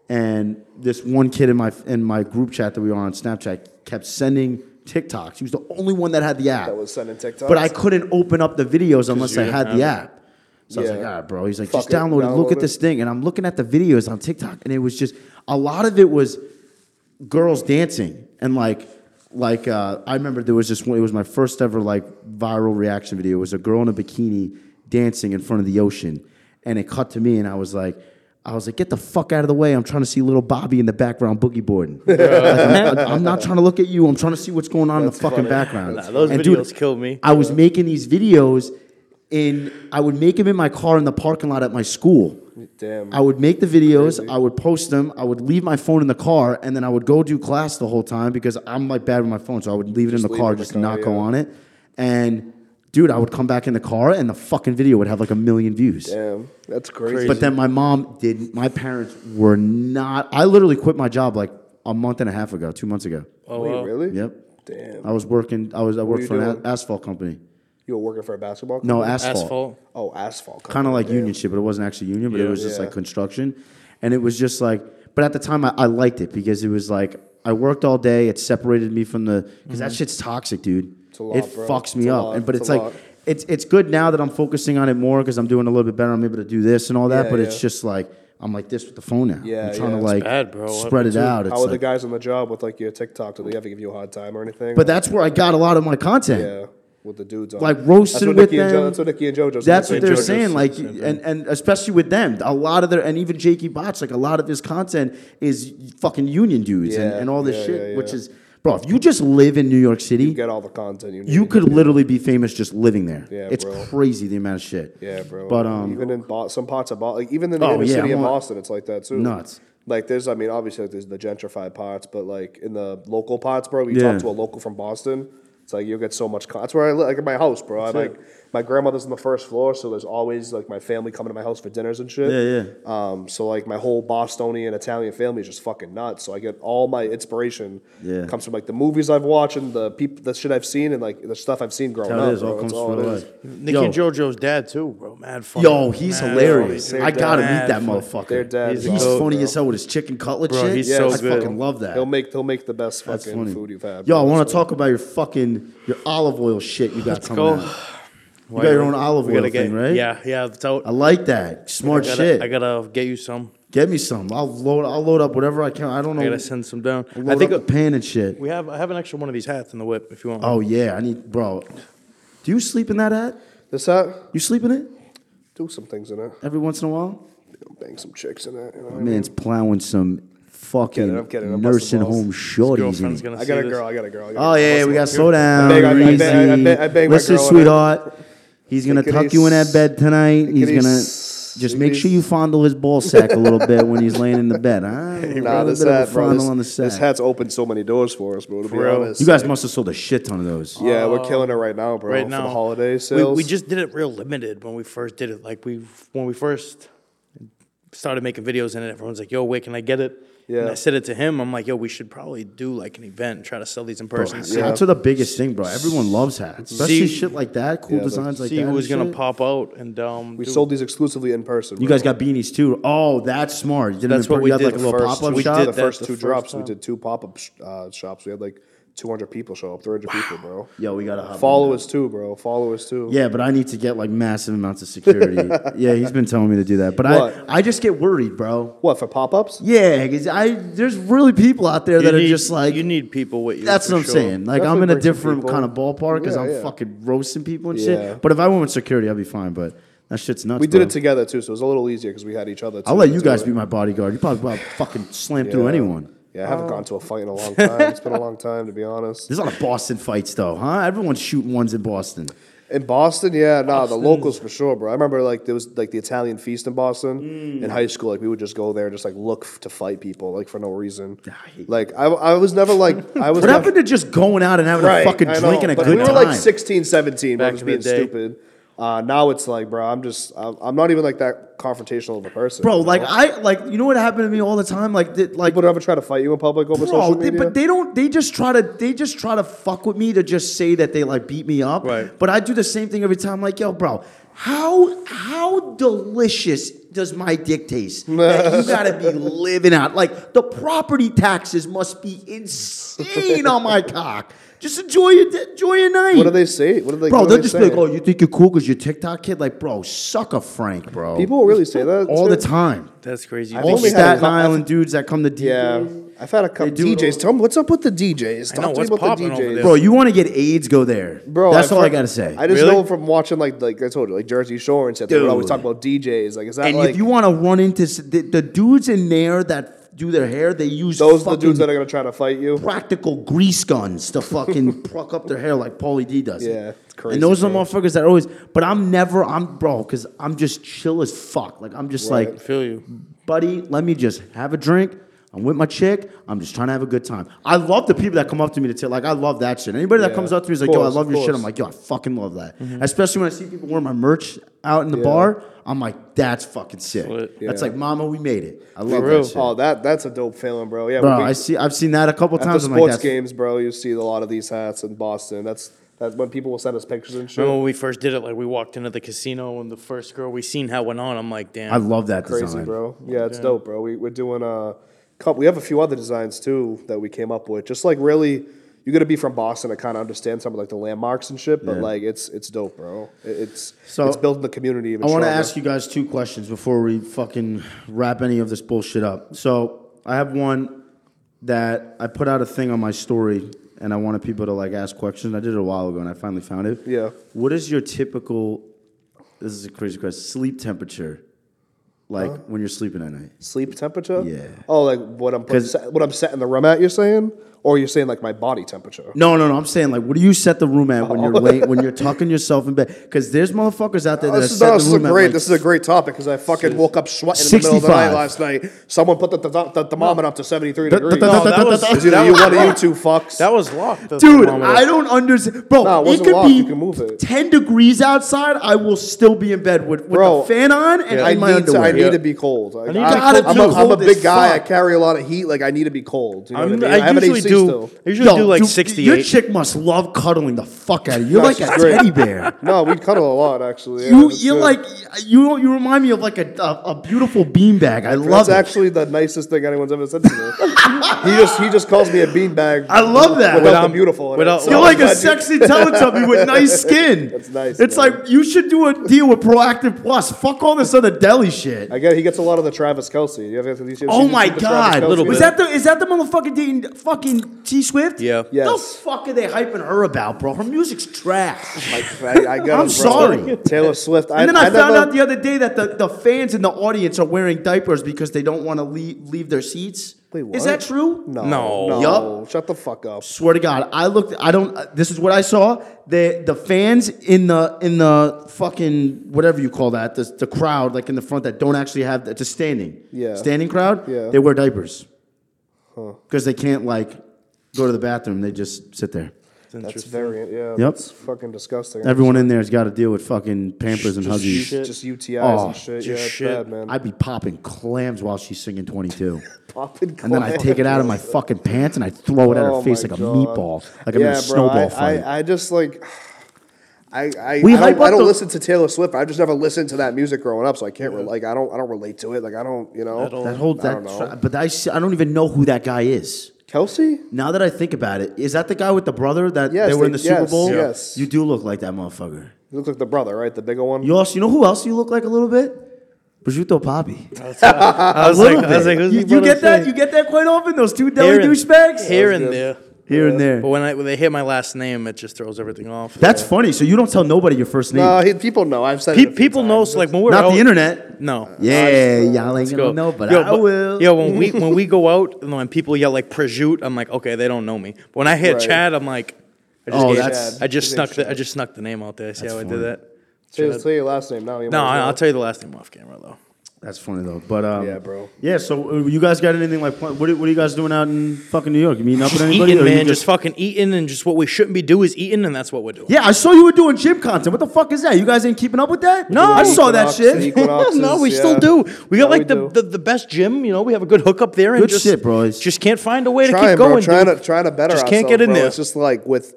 Speaker 1: and this one kid in my in my group chat that we were on Snapchat kept sending TikToks. He was the only one that had the app.
Speaker 2: That was sending TikToks.
Speaker 1: But I couldn't open up the videos unless I
Speaker 4: you
Speaker 1: had
Speaker 4: didn't
Speaker 1: the
Speaker 4: have
Speaker 1: app. So I was
Speaker 2: Yeah.
Speaker 1: like, all right, bro. He's like,
Speaker 2: Fuck
Speaker 1: just
Speaker 2: it,
Speaker 1: download it. Look at
Speaker 2: download it.
Speaker 1: this thing. And I'm looking at the videos on TikTok, and it was just a lot of it was girls dancing and like like uh, I remember there was just one. It was my first ever like viral reaction video. It was a girl in a bikini dancing in front of the ocean, and it cut to me, and I was like. I was like, get the fuck out of the way. I'm trying to see little Bobby in the background boogie
Speaker 4: *laughs*
Speaker 1: boarding. Like, I'm, I'm not trying to look at you. I'm trying to see what's going on in the fucking background.
Speaker 4: Nah, those
Speaker 1: And
Speaker 4: videos killed me.
Speaker 1: I was making these videos in I would make them in my car in the parking lot at my school.
Speaker 2: Damn.
Speaker 1: I would make the videos, I would post them, I would leave my phone in the car, and then I would go do class the whole time because I'm like bad with my phone. So I would leave it in the
Speaker 2: leave it
Speaker 1: car,
Speaker 2: in the
Speaker 1: just
Speaker 2: car,
Speaker 1: not go
Speaker 2: yeah.
Speaker 1: on it. And dude, I would come back in the car and the fucking video would have like a million views.
Speaker 2: Damn, that's crazy.
Speaker 1: But then my mom didn't my parents were not I literally quit my job like a month and a half ago, two months ago.
Speaker 2: oh, Wait, really?
Speaker 1: Yep.
Speaker 2: Damn.
Speaker 1: I was working I was I worked
Speaker 2: you
Speaker 1: for an
Speaker 2: doing?
Speaker 1: a- asphalt company.
Speaker 2: You were working for a basketball?
Speaker 1: No,
Speaker 2: company?
Speaker 4: Asphalt.
Speaker 2: Oh, asphalt.
Speaker 1: kind of
Speaker 2: company,
Speaker 1: like
Speaker 2: damn.
Speaker 1: union shit, but it wasn't actually union, but it
Speaker 4: Yeah.
Speaker 1: was just
Speaker 2: Yeah.
Speaker 1: like construction. And it was just like, but at the time I, I liked it because it was like, I worked all day. It separated me from the, because that shit's toxic, dude.
Speaker 2: a lot,
Speaker 1: it
Speaker 2: bro.
Speaker 1: fucks me
Speaker 2: Mm-hmm. It's a
Speaker 1: up.
Speaker 2: lot.
Speaker 1: And, but it's,
Speaker 2: It's a
Speaker 1: like,
Speaker 2: lot.
Speaker 1: it's, it's good now that I'm focusing on it more because I'm doing a little bit better. I'm able to do this and all that,
Speaker 2: Yeah,
Speaker 1: but it's
Speaker 2: yeah.
Speaker 1: just like, I'm like this with the phone now.
Speaker 2: Yeah,
Speaker 1: I'm trying to
Speaker 2: yeah. It's
Speaker 1: like
Speaker 4: bad, bro.
Speaker 1: spread it out. It's
Speaker 2: How are the
Speaker 1: like-
Speaker 2: guys on the job with like your TikTok? Do they ever give you a hard time or anything?
Speaker 1: but that's where I got a lot of my content.
Speaker 2: yeah, with the dudes on
Speaker 1: like
Speaker 2: That's
Speaker 1: roasting
Speaker 2: what
Speaker 1: with
Speaker 2: Nikki and
Speaker 1: them.
Speaker 2: Joe, that's what Nikki and Joe just.
Speaker 1: That's what
Speaker 4: Like
Speaker 1: they're
Speaker 4: Joker's
Speaker 1: saying, like,
Speaker 4: same thing.
Speaker 1: and, and especially with them, a lot of their and even Jakey Botch, like a lot of his content is fucking union dudes and,
Speaker 2: Yeah,
Speaker 1: and all this
Speaker 2: yeah,
Speaker 1: shit,
Speaker 2: yeah, yeah.
Speaker 1: which is, bro, if you just live in New York
Speaker 2: You
Speaker 1: City,
Speaker 2: get all the content you need.
Speaker 1: you could literally be famous just living there.
Speaker 2: Yeah,
Speaker 1: it's
Speaker 2: bro.
Speaker 1: crazy the amount of shit.
Speaker 2: Yeah, bro.
Speaker 1: But um,
Speaker 2: even in Bo- some parts of Boston, like even in the
Speaker 1: Oh,
Speaker 2: inner
Speaker 1: yeah,
Speaker 2: city
Speaker 1: I'm
Speaker 2: of
Speaker 1: on-
Speaker 2: Boston, it's like that too.
Speaker 1: Nuts.
Speaker 2: Like there's, I mean, obviously like, there's the gentrified parts, but like in the local parts, bro, you
Speaker 1: Yeah.
Speaker 2: talk to a local from Boston, it's like you'll get so much. Con- that's where I live, like in my house, bro. I like my grandmother's on the first floor, so there's always like my family coming to my house for dinners and shit.
Speaker 1: Yeah,
Speaker 2: yeah. Um, so like my whole Bostonian Italian family is just fucking nuts. So I get all my inspiration
Speaker 1: Yeah.
Speaker 2: comes from like the movies I've watched and the people, the shit I've seen and like the stuff I've seen growing
Speaker 1: that's how
Speaker 2: up.
Speaker 1: it is.
Speaker 2: bro.
Speaker 1: All comes from
Speaker 2: That's it
Speaker 1: the
Speaker 2: is.
Speaker 1: life.
Speaker 4: Nicky
Speaker 1: Yo,
Speaker 4: and JoJo's dad too, bro. Mad funny.
Speaker 1: yo, he's
Speaker 4: Mad
Speaker 1: hilarious.
Speaker 2: funny.
Speaker 1: I gotta meet
Speaker 2: They're
Speaker 1: that
Speaker 3: mad
Speaker 1: motherfucker.
Speaker 2: Their dad's
Speaker 1: he's
Speaker 2: awesome,
Speaker 1: funny
Speaker 2: bro.
Speaker 1: as hell with his chicken cutlet
Speaker 4: Bro,
Speaker 1: shit.
Speaker 4: he's
Speaker 1: yeah,
Speaker 4: so
Speaker 1: I
Speaker 4: good.
Speaker 1: fucking love that.
Speaker 2: He'll make he'll make the best
Speaker 1: That's
Speaker 2: fucking
Speaker 1: funny.
Speaker 2: food you've had.
Speaker 1: Yo, I
Speaker 2: bro.
Speaker 1: want to
Speaker 2: So-
Speaker 1: talk about your fucking your olive oil shit you got coming
Speaker 4: *sighs* go.
Speaker 1: out. You got your own olive
Speaker 4: We gotta
Speaker 1: oil thing, right?
Speaker 4: Yeah, yeah. It's out.
Speaker 1: I like that. Smart
Speaker 4: I gotta,
Speaker 1: shit.
Speaker 4: I gotta get you some.
Speaker 1: Get me some. I'll load. I'll load up whatever I can. I don't know.
Speaker 4: I gotta send some down.
Speaker 1: load
Speaker 4: I think
Speaker 1: up the pan and shit.
Speaker 4: we have. I have an extra one of these hats in the whip if you want.
Speaker 1: Oh yeah, I need, bro. Do you sleep in that hat?
Speaker 2: This hat,
Speaker 1: You sleep in it
Speaker 2: do some things in it.
Speaker 1: every once in a while?
Speaker 2: Bang some chicks in it. You know what I mean?
Speaker 1: Man's plowing some fucking
Speaker 2: kidding, I'm kidding, I'm busting
Speaker 1: nursing
Speaker 2: balls.
Speaker 1: home shorties. in
Speaker 4: girlfriend's
Speaker 1: it.
Speaker 4: gonna
Speaker 2: I
Speaker 4: see
Speaker 2: got a
Speaker 4: this.
Speaker 2: girl. I got a girl. I got
Speaker 1: Oh
Speaker 2: a girl.
Speaker 1: yeah, yeah, we gotta slow down.
Speaker 2: I bang- I bang- I
Speaker 1: Reezy.
Speaker 2: bang- I bang my
Speaker 1: Listen,
Speaker 2: girl in it.
Speaker 1: sweetheart. He's gonna
Speaker 2: Take it
Speaker 1: tuck you in that
Speaker 2: easy.
Speaker 1: bed tonight.
Speaker 2: it
Speaker 1: He's gonna just
Speaker 2: easy. Take
Speaker 1: make
Speaker 2: it
Speaker 1: sure
Speaker 2: easy.
Speaker 1: you fondle his ball sack a little bit when he's laying in the bed. Huh?
Speaker 2: *laughs* Nah,
Speaker 1: a little
Speaker 2: this
Speaker 1: bit of a
Speaker 2: hat, bro.
Speaker 1: fondle
Speaker 2: This,
Speaker 1: on the
Speaker 2: this
Speaker 1: sack.
Speaker 2: hat's opened so many doors for us, bro. To be
Speaker 4: real.
Speaker 2: honest,
Speaker 1: You guys must have sold a shit ton of those.
Speaker 2: yeah, we're killing it right now, bro.
Speaker 4: Oh, right
Speaker 2: for
Speaker 4: now.
Speaker 2: the holiday
Speaker 4: We-
Speaker 2: sales.
Speaker 4: We, just did it real limited when we first did it. Like we when we first started making videos in it, everyone's like, "Yo, where can I get it?" And
Speaker 2: Yeah.
Speaker 4: I said it to him. I'm like, "Yo, we should probably do like an event and try to sell these in person.
Speaker 1: Hats
Speaker 4: see
Speaker 1: are the biggest thing, bro. Everyone loves hats, especially
Speaker 4: See-
Speaker 1: shit like that, cool
Speaker 2: Yeah, but
Speaker 1: designs like
Speaker 4: see
Speaker 1: that.
Speaker 4: who
Speaker 1: and
Speaker 4: was gonna
Speaker 1: shit.
Speaker 4: pop out." And um,
Speaker 2: we
Speaker 4: do-
Speaker 2: sold these exclusively in person.
Speaker 1: You
Speaker 2: bro.
Speaker 1: guys got beanies too. Oh, that's smart. You did
Speaker 4: That's what we
Speaker 1: you had
Speaker 4: did
Speaker 1: like a
Speaker 4: the
Speaker 1: little
Speaker 2: first,
Speaker 1: pop up
Speaker 2: we
Speaker 1: shop.
Speaker 2: did the
Speaker 4: that
Speaker 2: first
Speaker 4: the
Speaker 2: two
Speaker 4: first
Speaker 2: drops.
Speaker 4: time.
Speaker 2: We did two pop up uh, shops. We had like 200 people show up, 300 people, bro.
Speaker 1: Yo, we gotta hop on
Speaker 2: followers too, bro. Followers too.
Speaker 1: Yeah, but I need to get like massive amounts of security. yeah, he's been telling me to do that, but
Speaker 2: What?
Speaker 1: I I just get worried, bro.
Speaker 2: What for pop ups?
Speaker 1: Yeah, because I there's really people out there
Speaker 4: you
Speaker 1: that are
Speaker 4: need-
Speaker 1: just like
Speaker 4: you need people with you.
Speaker 1: That's
Speaker 4: for
Speaker 1: what I'm
Speaker 4: sure.
Speaker 1: saying. Like
Speaker 2: Definitely
Speaker 1: I'm in a
Speaker 2: bring some
Speaker 1: different
Speaker 2: people.
Speaker 1: kind of ballpark because
Speaker 2: Yeah,
Speaker 1: I'm
Speaker 2: yeah.
Speaker 1: fucking roasting people and
Speaker 2: Yeah.
Speaker 1: shit. But if I went with security, I'd be fine. But that shit's nuts.
Speaker 2: We did
Speaker 1: bro.
Speaker 2: it together too, so it was a little easier because we had each other. Too
Speaker 1: I'll let you
Speaker 2: to
Speaker 1: guys
Speaker 2: do
Speaker 1: be
Speaker 2: it.
Speaker 1: my bodyguard. You probably well, fucking slam through
Speaker 2: Yeah.
Speaker 1: anyone.
Speaker 2: Yeah, I haven't gone to a fight in a
Speaker 1: *laughs*
Speaker 2: long time. it's been a long time, to be honest.
Speaker 1: There's a lot of Boston fights though, huh? Everyone's shooting ones in Boston.
Speaker 2: In Boston, yeah, nah, the locals for sure, bro. I remember like there was like the Italian feast in Boston
Speaker 1: Mm.
Speaker 2: in high school. Like we would just go there, and just like look f- to fight people, like for no reason.
Speaker 1: hate
Speaker 2: Like I, I was never
Speaker 1: *laughs*
Speaker 2: like I was.
Speaker 1: What
Speaker 2: never,
Speaker 1: happened to just going out and having
Speaker 2: Right,
Speaker 1: a fucking
Speaker 2: I
Speaker 1: drink
Speaker 2: know,
Speaker 1: and a
Speaker 2: but
Speaker 1: good
Speaker 2: we were
Speaker 1: time?
Speaker 2: like 16, 17,
Speaker 4: Back
Speaker 2: I was
Speaker 4: in the
Speaker 2: being
Speaker 4: day.
Speaker 2: stupid. Uh, now it's like, bro, I'm just, I'm, I'm not even like that confrontational of a person,
Speaker 1: Bro,
Speaker 2: you
Speaker 1: like
Speaker 2: know?
Speaker 1: I like you know what happened to me all the time? Like th- like
Speaker 2: people don't ever try to fight you in public over
Speaker 1: Bro,
Speaker 2: social
Speaker 1: they,
Speaker 2: media.
Speaker 1: but they don't. They just try to. They just try to fuck with me to just say that they like beat me up.
Speaker 4: Right.
Speaker 1: But I do the same thing every time. I'm like, yo, bro, how how delicious does my dick
Speaker 2: *laughs*
Speaker 1: taste? that you gotta be living out. Like the property taxes must be insane on my cock. Just enjoy your di- enjoy your night.
Speaker 2: what do they say? What do they?
Speaker 1: Bro,
Speaker 2: what do
Speaker 1: they'll
Speaker 2: they
Speaker 1: just
Speaker 2: say?
Speaker 1: be like, "Oh, you think you're cool because you're TikTok kid?" Like, bro, suck a Frank, bro.
Speaker 2: People really say that
Speaker 1: all the
Speaker 2: shit?
Speaker 1: time.
Speaker 4: That's crazy. You
Speaker 1: All
Speaker 4: think
Speaker 2: only
Speaker 1: the
Speaker 4: you-
Speaker 2: had a
Speaker 1: Staten
Speaker 2: cou- I've-
Speaker 1: Island dudes that come to DJs.
Speaker 2: Yeah, I've had a couple
Speaker 1: do it
Speaker 2: DJs. Tell them what's up with the DJs. Talk to
Speaker 4: know,
Speaker 2: me
Speaker 4: what's
Speaker 2: about the
Speaker 4: popping over
Speaker 2: DJs.
Speaker 4: there?
Speaker 1: Bro, you want to get AIDS? Go there,
Speaker 2: Bro,
Speaker 1: That's
Speaker 2: I've
Speaker 1: all I
Speaker 2: heard-
Speaker 1: gotta say.
Speaker 2: I just
Speaker 4: Really?
Speaker 2: know from watching like like I told you like Jersey Shore and stuff. They would always
Speaker 1: Dude.
Speaker 2: talk about DJs. Like is that
Speaker 1: and
Speaker 2: like
Speaker 1: if you want to run into s- the, the dudes in there that do their hair, they use
Speaker 2: those are the
Speaker 1: fucking
Speaker 2: dudes that are gonna try to fight you?
Speaker 1: practical grease guns to
Speaker 2: *laughs*
Speaker 1: fucking pluck up their hair like Paulie D does. it.
Speaker 2: Yeah, it's crazy,
Speaker 1: And those are the
Speaker 2: bro.
Speaker 1: motherfuckers that always. But I'm never. I'm bro, because I'm just chill as fuck. Like I'm just
Speaker 2: Right.
Speaker 1: like,
Speaker 4: Feel you.
Speaker 1: buddy, let me just have a drink. I'm with my chick. I'm just trying to have a good time. I love the people that come up to me to tell, like, I love that shit. Anybody that
Speaker 2: Yeah,
Speaker 1: comes up to me is
Speaker 2: of
Speaker 1: like, yo, I
Speaker 2: course,
Speaker 1: love
Speaker 2: of
Speaker 1: your shit.
Speaker 2: course. Mm-hmm.
Speaker 1: I'm like, yo, I fucking love that. Especially when I see people wearing my merch out in the
Speaker 2: Yeah.
Speaker 1: bar. I'm like, that's fucking sick.
Speaker 4: Lit.
Speaker 1: That's
Speaker 2: Yeah.
Speaker 1: like, mama, we made it. I love
Speaker 4: real.
Speaker 1: that shit.
Speaker 2: Oh, that that's a dope feeling, bro. Yeah,
Speaker 1: Bro,
Speaker 2: when we-
Speaker 1: I see. I've seen that a couple
Speaker 2: at the
Speaker 1: times. I'm
Speaker 2: sports
Speaker 1: like, that's
Speaker 2: games, bro. You see a lot of these hats in Boston. That's that's when people will send us pictures and shit.
Speaker 4: Remember when we first did it? Like we walked into the casino and the first girl we seen had went on. I'm like, damn.
Speaker 1: I love that
Speaker 2: crazy,
Speaker 1: design.
Speaker 2: bro. Yeah, it's dope, bro. We, we're doing a couple. We have a few other designs too that we came up with. Just like really, you got to be from Boston to kind of understand some of like the landmarks and shit. But
Speaker 1: Yeah.
Speaker 2: like, it's it's dope, bro. It- It's
Speaker 1: So,
Speaker 2: it's building the community. Of
Speaker 1: I want to
Speaker 2: Ashwaubee.
Speaker 1: ask you guys two questions before we fucking wrap any of this bullshit up. So I have one that I put out a thing on my story, and I wanted people to like ask questions. I did it a while ago, and I finally found it.
Speaker 2: Yeah.
Speaker 1: What is your typical? This is a crazy question. Sleep temperature, like when you're sleeping at night.
Speaker 2: sleep temperature.
Speaker 1: Yeah.
Speaker 2: Oh, like what I'm
Speaker 1: 'Cause-
Speaker 2: what I'm setting the room at. You're saying, or you're saying like my body temperature.
Speaker 1: No, no, no. I'm saying like, what do you set the room at when
Speaker 2: Oh.
Speaker 1: you're late, when you're tucking yourself in bed? Because there's motherfuckers out there that
Speaker 2: this is,
Speaker 1: set
Speaker 2: no, this
Speaker 1: the
Speaker 2: is a
Speaker 1: room at
Speaker 2: great.
Speaker 1: like,
Speaker 2: this is a great topic because I fucking woke up sweating in the middle of the
Speaker 1: 65.
Speaker 2: night last night. Someone put the, the, the thermometer up to seventy three
Speaker 1: Da- da- da-
Speaker 2: degrees.
Speaker 1: da- *laughs* da-
Speaker 2: No, that
Speaker 1: da-
Speaker 2: was-
Speaker 1: da-
Speaker 2: It's either you one of you two fucks.
Speaker 4: that was locked. the
Speaker 1: Dude,
Speaker 4: thermometer.
Speaker 1: I don't understand, bro.
Speaker 2: No, it
Speaker 1: it
Speaker 2: wasn't
Speaker 1: could
Speaker 2: locked.
Speaker 1: be
Speaker 2: You can move it.
Speaker 1: ten degrees outside. I will still be in bed with, with
Speaker 2: Bro,
Speaker 1: the fan on and
Speaker 2: I
Speaker 1: in my
Speaker 2: need to. I
Speaker 1: underwear.
Speaker 2: need to be cold. Like,
Speaker 1: need
Speaker 2: I-
Speaker 1: to gotta
Speaker 2: I'm,
Speaker 1: be
Speaker 2: a, I'm a
Speaker 1: cold
Speaker 2: big
Speaker 1: as
Speaker 2: guy. I
Speaker 1: fuck.
Speaker 2: carry a lot of heat. Like I need to be cold. You know
Speaker 4: I'm-
Speaker 2: what I mean?
Speaker 4: I
Speaker 2: have an
Speaker 4: usually
Speaker 2: AC
Speaker 4: do.
Speaker 2: still.
Speaker 1: *laughs*
Speaker 4: I usually do like
Speaker 1: you- Your
Speaker 4: 68.
Speaker 1: chick must love cuddling the fuck out of you. You're
Speaker 2: No,
Speaker 1: like a
Speaker 2: she's great.
Speaker 1: teddy bear.
Speaker 2: No, we cuddle a lot actually. *laughs* Yeah,
Speaker 1: you
Speaker 2: that's
Speaker 1: you're
Speaker 2: good.
Speaker 1: like you you remind me of like a a, a beautiful beanbag. I
Speaker 2: That's
Speaker 1: love it.
Speaker 2: actually the nicest thing anyone's ever said to me. he just he just calls me a beanbag.
Speaker 1: I love that.
Speaker 2: Without the
Speaker 4: Without-
Speaker 2: beautiful. in it,
Speaker 4: without-
Speaker 1: *laughs*
Speaker 2: so
Speaker 1: You're
Speaker 2: I'm *laughs*
Speaker 1: like a
Speaker 2: glad you-
Speaker 1: sexy Teletubby with nice skin.
Speaker 2: *laughs* That's nice,
Speaker 1: It's
Speaker 2: man.
Speaker 1: like you should do a deal with Proactive Plus. Fuck all this other deli shit.
Speaker 2: I guess he gets a lot of the Travis Kelsey. You ever have to
Speaker 1: Oh my god!
Speaker 4: Little
Speaker 1: Was that
Speaker 4: bit.
Speaker 1: the is that the motherfucker dating fucking T Swift?
Speaker 4: Yeah.
Speaker 1: The
Speaker 2: Yes.
Speaker 1: fuck are they hyping her about, bro? Her music's trash.
Speaker 2: I, I got it,
Speaker 1: I'm
Speaker 2: bro.
Speaker 1: sorry.
Speaker 2: Taylor Swift.
Speaker 1: And then I, found
Speaker 2: never-
Speaker 1: out the other day that the, the fans in the audience are wearing diapers because they don't want to leave, leave their seats.
Speaker 2: Wait,
Speaker 1: Is
Speaker 2: what?
Speaker 1: that true?
Speaker 2: No,
Speaker 4: No.
Speaker 2: no. Shut the fuck up.
Speaker 1: Swear to God, I looked. I don't. uh, This is what I saw. The the fans in the in the fucking whatever you call that the, the crowd like in the front that don't actually have that's a standing
Speaker 2: Yeah.
Speaker 1: standing crowd.
Speaker 2: Yeah.
Speaker 1: they wear diapers because they can't like go to the bathroom. They just sit there.
Speaker 2: That's very yeah.
Speaker 1: Yep.
Speaker 2: That's fucking disgusting.
Speaker 1: Everyone in there has got to deal with fucking Pampers and Huggies.
Speaker 2: Just UTIs
Speaker 1: Oh,
Speaker 2: and shit.
Speaker 4: just
Speaker 2: yeah, it's
Speaker 4: shit.
Speaker 2: bad, man.
Speaker 1: I'd be popping clams while she's singing
Speaker 2: *laughs*
Speaker 1: 22.
Speaker 2: Popping
Speaker 1: And then I take it out
Speaker 2: *laughs*
Speaker 1: of my fucking pants and I throw it at her
Speaker 2: Oh
Speaker 1: face
Speaker 2: my
Speaker 1: like a
Speaker 2: God.
Speaker 1: meatball, like I'm in
Speaker 2: yeah,
Speaker 1: a
Speaker 2: bro.
Speaker 1: snowball
Speaker 2: I,
Speaker 1: fight.
Speaker 2: I, I just like. *sighs* I, I,
Speaker 1: We
Speaker 2: I
Speaker 1: hype
Speaker 2: don't,
Speaker 1: up
Speaker 2: I don't
Speaker 1: the-
Speaker 2: listen to Taylor Swift. I just never listened to that music growing up, so I can't re- like I don't I don't relate to it. Like I don't you know
Speaker 1: that whole
Speaker 2: I
Speaker 1: that,
Speaker 2: don't know.
Speaker 1: tra- but I see- I don't even know who that guy is.
Speaker 2: Kelsey.
Speaker 1: Now that I think about it, is that the guy with the brother that
Speaker 2: Yes,
Speaker 1: they were in the
Speaker 2: they-
Speaker 1: Super
Speaker 2: yes,
Speaker 1: Bowl?
Speaker 2: yes.
Speaker 1: You do look like that motherfucker.
Speaker 2: You look like the brother, right? The bigger one.
Speaker 1: You also, you know who else you look like a little bit? Prosciutto
Speaker 4: *laughs*
Speaker 1: Poppy.
Speaker 4: I was like, I was like, who's
Speaker 1: you, you
Speaker 4: he gonna
Speaker 1: get that?
Speaker 4: say?
Speaker 1: You get that quite often. Those two deli
Speaker 4: Here and-
Speaker 1: douchebags
Speaker 4: here
Speaker 2: That
Speaker 4: and
Speaker 2: was
Speaker 4: there.
Speaker 1: Here and there.
Speaker 4: But when I when they hear my last name, it just throws everything off.
Speaker 1: That's funny. So you don't tell nobody your first name,
Speaker 2: No, Uh, he, people know. I've said it a
Speaker 4: Pe-
Speaker 2: few
Speaker 4: people
Speaker 2: times.
Speaker 4: know. So like when we're
Speaker 1: not
Speaker 4: out,
Speaker 1: the internet.
Speaker 4: No.
Speaker 1: Yeah, y'all ain't gonna
Speaker 4: Go.
Speaker 1: know, but
Speaker 4: Yo,
Speaker 1: I will.
Speaker 4: Yo, when we when we go out and when people yell like prosciutto, I'm like, okay, they don't know me. But when I hear
Speaker 2: Right.
Speaker 4: Chad, I'm like, I just,
Speaker 1: Oh,
Speaker 4: gave-
Speaker 1: that's-
Speaker 4: I just
Speaker 2: Chad.
Speaker 4: snuck the I just snuck the name out there. See how I
Speaker 1: funny.
Speaker 4: did that?
Speaker 2: Say, say your last name now. you
Speaker 4: No,
Speaker 2: might
Speaker 4: I,
Speaker 2: as
Speaker 4: I'll
Speaker 2: well.
Speaker 4: tell you the last name off camera though.
Speaker 1: That's funny though. But um,
Speaker 2: Yeah, bro.
Speaker 1: Yeah. So uh, you guys got anything like? pl- What are, what are you guys doing out in fucking New York? You meeting up with anybody?
Speaker 4: Eating,
Speaker 1: or you
Speaker 4: man, just fucking eating, and just what we shouldn't be doing is eating, and that's what we're doing.
Speaker 1: Yeah, I saw you were doing gym content. What the fuck is that? You guys ain't keeping up with that?
Speaker 4: No.
Speaker 1: I saw that
Speaker 2: Equinox, the
Speaker 1: shit. *laughs*
Speaker 2: Equinoxes,
Speaker 4: no, we
Speaker 2: yeah.
Speaker 4: still do. We
Speaker 2: Yeah,
Speaker 4: got like the,
Speaker 2: do.
Speaker 4: the, the best gym. You know, we have a good hookup there, and
Speaker 1: Good
Speaker 4: just,
Speaker 1: shit, bro. It's-
Speaker 4: Just can't find a way to
Speaker 2: trying,
Speaker 4: keep going.
Speaker 2: bro. Trying
Speaker 4: dude.
Speaker 2: to trying to better.
Speaker 4: Just can't
Speaker 2: ourselves,
Speaker 4: get in
Speaker 2: bro.
Speaker 4: there.
Speaker 2: It's just like with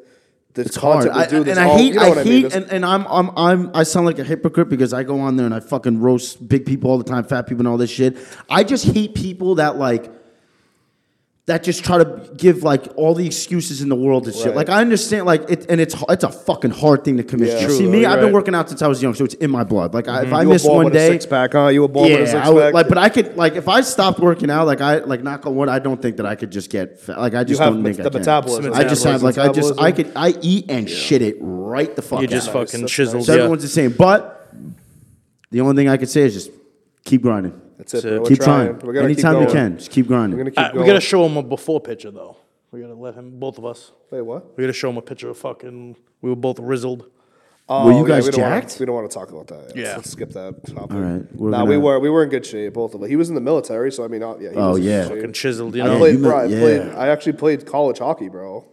Speaker 2: the
Speaker 1: It's hard.
Speaker 2: content we
Speaker 1: I,
Speaker 2: do.
Speaker 1: and
Speaker 2: this
Speaker 1: I
Speaker 2: all-
Speaker 1: hate,
Speaker 2: you know
Speaker 1: I
Speaker 2: what mean?
Speaker 1: hate,
Speaker 2: This-
Speaker 1: and, and I'm, I'm, I'm, I sound like a hypocrite because I go on there and I fucking roast big people all the time, fat people and all this shit. I just hate people that like that just try to give like all the excuses in the world and shit.
Speaker 2: Right.
Speaker 1: Like I understand, like it, and it's h- it's a fucking hard thing to commit.
Speaker 2: Yeah.
Speaker 1: to.
Speaker 2: True,
Speaker 1: See,
Speaker 2: though,
Speaker 1: me,
Speaker 2: you're
Speaker 1: I've been
Speaker 2: right. Mm-hmm.
Speaker 1: working out since I was young, so it's in my blood. Like I, if I
Speaker 2: Mm. You a
Speaker 1: miss
Speaker 2: ball
Speaker 1: one
Speaker 2: with
Speaker 1: day,
Speaker 2: a six pack, huh? You a ball with a six
Speaker 1: I would,
Speaker 2: pack?
Speaker 1: like, but I could like if I stopped working out, like I like knock on wood, I don't think that I could just get fat. like I just
Speaker 2: You have
Speaker 1: don't
Speaker 2: met-
Speaker 1: think I
Speaker 2: the
Speaker 1: can.
Speaker 2: metabolism.
Speaker 1: I just have like I just I
Speaker 2: Metabolism.
Speaker 1: could I eat and shit it right the fuck.
Speaker 4: You just
Speaker 1: out.
Speaker 4: fucking
Speaker 2: that's
Speaker 4: chiseled.
Speaker 1: So
Speaker 4: yeah.
Speaker 1: everyone's the same, but the only thing I could say is just keep grinding.
Speaker 2: That's it.
Speaker 4: So
Speaker 2: bro. We're
Speaker 1: keep trying.
Speaker 2: We're gonna keep
Speaker 1: Anytime you
Speaker 2: going.
Speaker 1: can, just keep
Speaker 2: We're
Speaker 1: grinding.
Speaker 2: gonna keep
Speaker 4: Uh,
Speaker 2: going.
Speaker 4: we gotta show him a before picture though. We gotta let him, both of us.
Speaker 2: Wait, what?
Speaker 4: We gotta show him a picture of fucking. We were both rizzled.
Speaker 2: Oh,
Speaker 1: you guys
Speaker 2: we don't wanna-
Speaker 1: jacked?
Speaker 2: we don't want to talk about that. Yeah,
Speaker 4: Yeah.
Speaker 2: let's skip that. Topic.
Speaker 1: All right,
Speaker 2: No,
Speaker 1: we're
Speaker 2: we
Speaker 1: gonna-
Speaker 2: were we were in good shape, both of us. He was in the military, so I mean, uh, yeah. He
Speaker 1: Oh,
Speaker 2: was in
Speaker 1: yeah.
Speaker 2: good shape.
Speaker 4: Fucking chiseled, you
Speaker 2: I
Speaker 4: know.
Speaker 1: play-
Speaker 2: played,
Speaker 1: you
Speaker 2: bro, I,
Speaker 1: meant-
Speaker 2: played,
Speaker 1: yeah.
Speaker 2: I actually played college hockey, bro.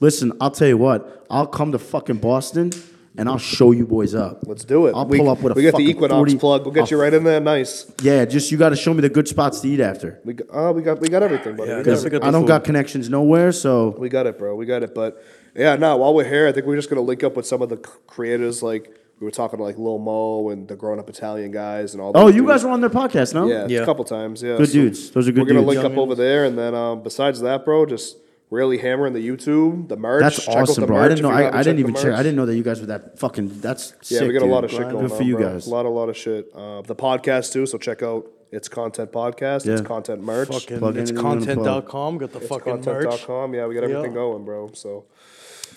Speaker 1: Listen, I'll tell you what. I'll come to fucking Boston and I'll show you boys up.
Speaker 2: Let's do it.
Speaker 1: I'll
Speaker 2: we,
Speaker 1: pull up with a
Speaker 2: We got the
Speaker 1: fucking
Speaker 2: Equinox
Speaker 1: 40
Speaker 2: plug. We'll
Speaker 1: I'll-
Speaker 2: get you right in there. Nice.
Speaker 1: Yeah, just you got to show me the good spots to eat after.
Speaker 2: We got, uh, we got we got everything, buddy.
Speaker 4: Yeah,
Speaker 2: we, got
Speaker 1: Because
Speaker 4: that's
Speaker 1: I
Speaker 4: a
Speaker 2: everything.
Speaker 4: good
Speaker 1: don't
Speaker 4: food.
Speaker 1: got connections nowhere, so
Speaker 2: we got it, bro. We got it. But yeah, no. While we're here, I think we're just gonna link up with some of the c- creators. Like we were talking to like Lil Mo and the Grown Up Italian guys and all.
Speaker 1: Oh,
Speaker 2: those
Speaker 1: you
Speaker 2: dudes.
Speaker 1: guys were on their podcast, no?
Speaker 2: Yeah,
Speaker 4: Yeah.
Speaker 2: a couple times. Yeah,
Speaker 1: Good
Speaker 2: So
Speaker 1: dudes. Those are good
Speaker 2: We're gonna
Speaker 1: dudes.
Speaker 2: link up over there, and then um, besides that, bro, just really hammering the YouTube, the merch.
Speaker 1: That's
Speaker 2: Check out
Speaker 1: awesome,
Speaker 2: the
Speaker 1: bro. I
Speaker 2: merch
Speaker 1: didn't
Speaker 2: if
Speaker 1: know.
Speaker 2: you haven't
Speaker 1: I, I didn't
Speaker 2: checked the
Speaker 1: even check.
Speaker 2: merch.
Speaker 1: I didn't know that you guys were that fucking. That's
Speaker 2: Yeah,
Speaker 1: sick,
Speaker 2: we got a lot of
Speaker 1: dude.
Speaker 2: shit going
Speaker 1: Good
Speaker 2: on.
Speaker 1: for you
Speaker 2: bro.
Speaker 1: guys.
Speaker 2: A lot, a lot of shit. Uh, the podcast too. So check out it's content podcast. It's
Speaker 1: Yeah.
Speaker 2: content merch.
Speaker 1: Plug
Speaker 4: Fucking,
Speaker 1: in
Speaker 4: it's
Speaker 1: and you wanna plug.
Speaker 4: content.com. Got the fucking merch.
Speaker 2: Content.com. Yeah, we got everything
Speaker 4: Yeah.
Speaker 2: going, bro. So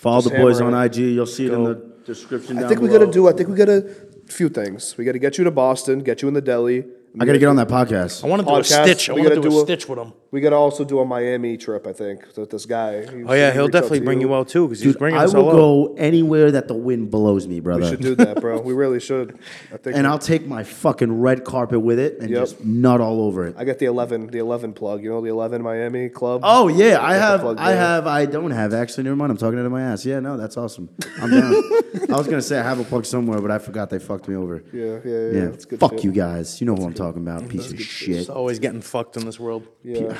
Speaker 1: Follow the
Speaker 2: Just
Speaker 1: boys on
Speaker 2: hammer it.
Speaker 1: IG. You'll see it in the description.
Speaker 2: I
Speaker 1: down
Speaker 2: think we
Speaker 1: below.
Speaker 2: gotta do. I think we gotta a few things. We gotta get you to Boston. Get you in the deli.
Speaker 1: I gotta get on that podcast.
Speaker 4: I want to do a
Speaker 2: Podcast,
Speaker 4: stitch. I
Speaker 2: we
Speaker 4: want to
Speaker 2: gotta
Speaker 4: do,
Speaker 2: do
Speaker 4: a,
Speaker 2: a-
Speaker 4: stitch with him.
Speaker 2: We gotta also do a Miami trip. I think that this guy. he-
Speaker 4: Oh yeah,
Speaker 2: he
Speaker 4: he'll
Speaker 2: reached out
Speaker 4: definitely
Speaker 2: to
Speaker 4: bring you out too because he's
Speaker 1: Dude,
Speaker 4: bringing
Speaker 1: I
Speaker 4: us all
Speaker 1: will go
Speaker 4: out.
Speaker 1: anywhere that the wind blows me, brother.
Speaker 2: We should do that, bro. We really should. I think.
Speaker 1: and I'll take my fucking red carpet with it and
Speaker 2: Yep.
Speaker 1: just nut all over it.
Speaker 2: I got the eleven, the eleven plug. You know the eleven Miami club.
Speaker 1: Oh yeah, I
Speaker 2: the
Speaker 1: have,
Speaker 2: plug
Speaker 1: I
Speaker 2: there.
Speaker 1: have, I don't have. Actually, never mind. I'm talking out of my ass. Yeah, no, that's awesome. I'm
Speaker 2: *laughs*
Speaker 1: down. I was gonna say I have a plug somewhere, but I forgot they fucked me over.
Speaker 2: Yeah, yeah, yeah.
Speaker 1: Yeah,
Speaker 2: That's good
Speaker 1: fuck
Speaker 2: shit.
Speaker 1: you guys. You know who I'm talking about. Piece of shit.
Speaker 4: It's always getting fucked in this world.
Speaker 2: Yeah.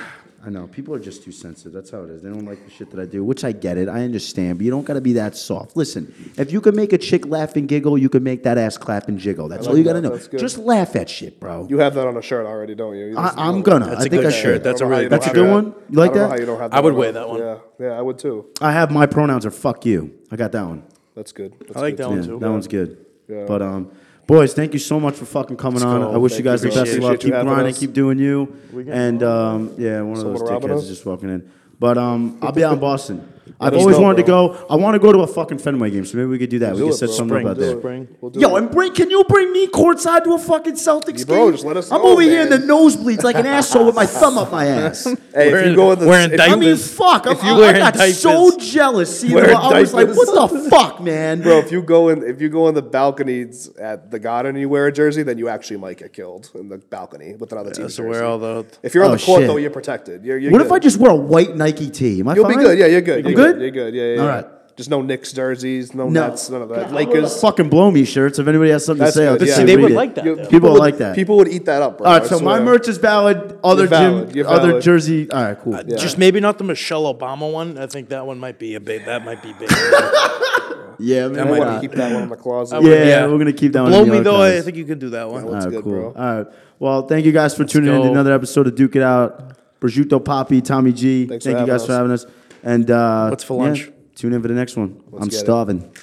Speaker 1: I know people are just too sensitive. That's how it is. They don't like the shit that I do, which I get it. I understand, but you don't got to be that soft. Listen, if you can make a chick laugh and giggle, you can make that ass clap and jiggle. That's all
Speaker 2: like
Speaker 1: you got to
Speaker 2: that.
Speaker 1: know.
Speaker 2: That's good.
Speaker 1: Just laugh at shit, bro.
Speaker 2: You have that on a shirt already, don't you? You
Speaker 1: I,
Speaker 2: just-
Speaker 1: I'm gonna.
Speaker 4: That's
Speaker 1: I
Speaker 4: a
Speaker 1: think
Speaker 4: good
Speaker 1: I
Speaker 4: shirt.
Speaker 1: should.
Speaker 4: That's
Speaker 2: I don't know
Speaker 4: a
Speaker 2: how
Speaker 4: really
Speaker 2: you
Speaker 1: that's a
Speaker 2: don't
Speaker 1: good
Speaker 2: have
Speaker 1: one.
Speaker 2: that.
Speaker 1: You like
Speaker 2: I don't know
Speaker 1: that?
Speaker 2: how you don't have
Speaker 4: I would
Speaker 2: on.
Speaker 4: wear that one.
Speaker 2: Yeah, yeah, I would too.
Speaker 1: I have my pronouns are fuck you. I got that one.
Speaker 2: That's good. That's
Speaker 4: I like
Speaker 2: good
Speaker 4: that
Speaker 2: too.
Speaker 4: one
Speaker 1: Yeah,
Speaker 4: too.
Speaker 1: that one's good.
Speaker 2: Yeah.
Speaker 1: But um, boys, thank you so much for fucking coming on.
Speaker 4: go.
Speaker 1: I wish you
Speaker 2: Thank
Speaker 1: guys
Speaker 2: you,
Speaker 1: the best
Speaker 2: bro.
Speaker 1: of luck.
Speaker 2: Appreciate you
Speaker 1: Keep
Speaker 2: having
Speaker 1: grinding,
Speaker 2: us.
Speaker 1: keep doing you. And um, yeah, one of those
Speaker 2: Someone robbing
Speaker 1: dickheads is
Speaker 2: us?
Speaker 1: just walking in. But um, I'll be
Speaker 2: *laughs*
Speaker 1: out in Boston. I've
Speaker 2: us
Speaker 1: always
Speaker 2: know,
Speaker 1: wanted
Speaker 2: bro.
Speaker 1: to go. I want to go to a fucking Fenway game, so maybe we could do that. we
Speaker 2: Do
Speaker 1: could
Speaker 2: it,
Speaker 1: set
Speaker 2: bro.
Speaker 1: something
Speaker 2: We'll
Speaker 1: up out
Speaker 2: do
Speaker 1: there.
Speaker 2: it. We'll do
Speaker 1: Yo,
Speaker 2: it.
Speaker 1: and bring, can you bring me courtside to a fucking Celtics
Speaker 2: Bro,
Speaker 1: game?
Speaker 2: just let us
Speaker 1: I'm
Speaker 2: know,
Speaker 1: over here in
Speaker 2: man.
Speaker 1: the nosebleeds like an
Speaker 2: *laughs*
Speaker 1: asshole with my thumb up my ass.
Speaker 2: Hey, if
Speaker 4: Wearing-
Speaker 2: you go in the,
Speaker 4: wearing
Speaker 2: if
Speaker 1: I
Speaker 2: you,
Speaker 1: mean, fuck! I'm,
Speaker 4: If you
Speaker 1: I, I
Speaker 4: wear
Speaker 1: got
Speaker 4: diapers-
Speaker 1: so jealous. You know,
Speaker 2: Wear
Speaker 1: I was like,
Speaker 2: diapers.
Speaker 1: "What the fuck, man?"
Speaker 2: bro, if you go in, if you go in the balconies at the Garden and you wear a jersey, then you actually might get killed in the balcony with another team's
Speaker 4: so
Speaker 2: jersey.
Speaker 4: wear all the-
Speaker 2: if you're on
Speaker 1: Oh,
Speaker 2: the court
Speaker 1: shit.
Speaker 2: though, you're protected. You're, you're
Speaker 1: What
Speaker 2: good.
Speaker 1: if I just wear a white Nike tee? Am I
Speaker 2: You'll
Speaker 1: fine?
Speaker 2: be good. Yeah, you're good.
Speaker 1: I'm
Speaker 2: You're
Speaker 1: good.
Speaker 2: You're good. Yeah, yeah.
Speaker 1: All
Speaker 2: yeah.
Speaker 1: right.
Speaker 2: Just no Knicks jerseys, no,
Speaker 1: No.
Speaker 2: Nets, none of that.
Speaker 1: I'll wear the
Speaker 2: Lakers.
Speaker 1: fucking blow me shirts. If anybody has something
Speaker 2: That's
Speaker 1: to say, I'll
Speaker 2: good,
Speaker 1: just
Speaker 2: yeah.
Speaker 1: say
Speaker 2: See, they
Speaker 1: read
Speaker 4: would
Speaker 1: it.
Speaker 4: like that.
Speaker 2: You-
Speaker 4: though.
Speaker 1: People
Speaker 2: would,
Speaker 1: like that.
Speaker 2: People would eat that up, bro.
Speaker 1: All right,
Speaker 2: I
Speaker 1: so my
Speaker 2: swear.
Speaker 1: merch is valid. Other
Speaker 2: You're valid,
Speaker 1: gym,
Speaker 2: you're
Speaker 1: other
Speaker 2: valid.
Speaker 1: jersey. All right, cool.
Speaker 4: Just maybe not the Michelle Obama one. I think that one might be a big. That might be big.
Speaker 1: Yeah, man.
Speaker 2: I
Speaker 1: why
Speaker 2: want
Speaker 1: not?
Speaker 2: to keep that one in the
Speaker 1: *laughs*
Speaker 2: closet.
Speaker 1: Yeah, we're gonna keep that one
Speaker 4: Blow
Speaker 1: in the
Speaker 4: me though. I
Speaker 1: archives.
Speaker 4: think you can do that one.
Speaker 1: All
Speaker 2: That's
Speaker 1: right,
Speaker 2: good,
Speaker 1: cool.
Speaker 2: bro.
Speaker 1: All right. Well, thank you guys for tuning in to
Speaker 4: go.
Speaker 1: another episode of Duke It Out. Prosciutto Poppy, Tommy G.
Speaker 2: Thanks for
Speaker 1: thank you
Speaker 2: having
Speaker 1: guys for
Speaker 2: us.
Speaker 1: having us. And uh,
Speaker 4: What's for
Speaker 1: yeah,
Speaker 4: lunch?
Speaker 1: tune in for the next one. I'm
Speaker 2: get it.
Speaker 1: starving.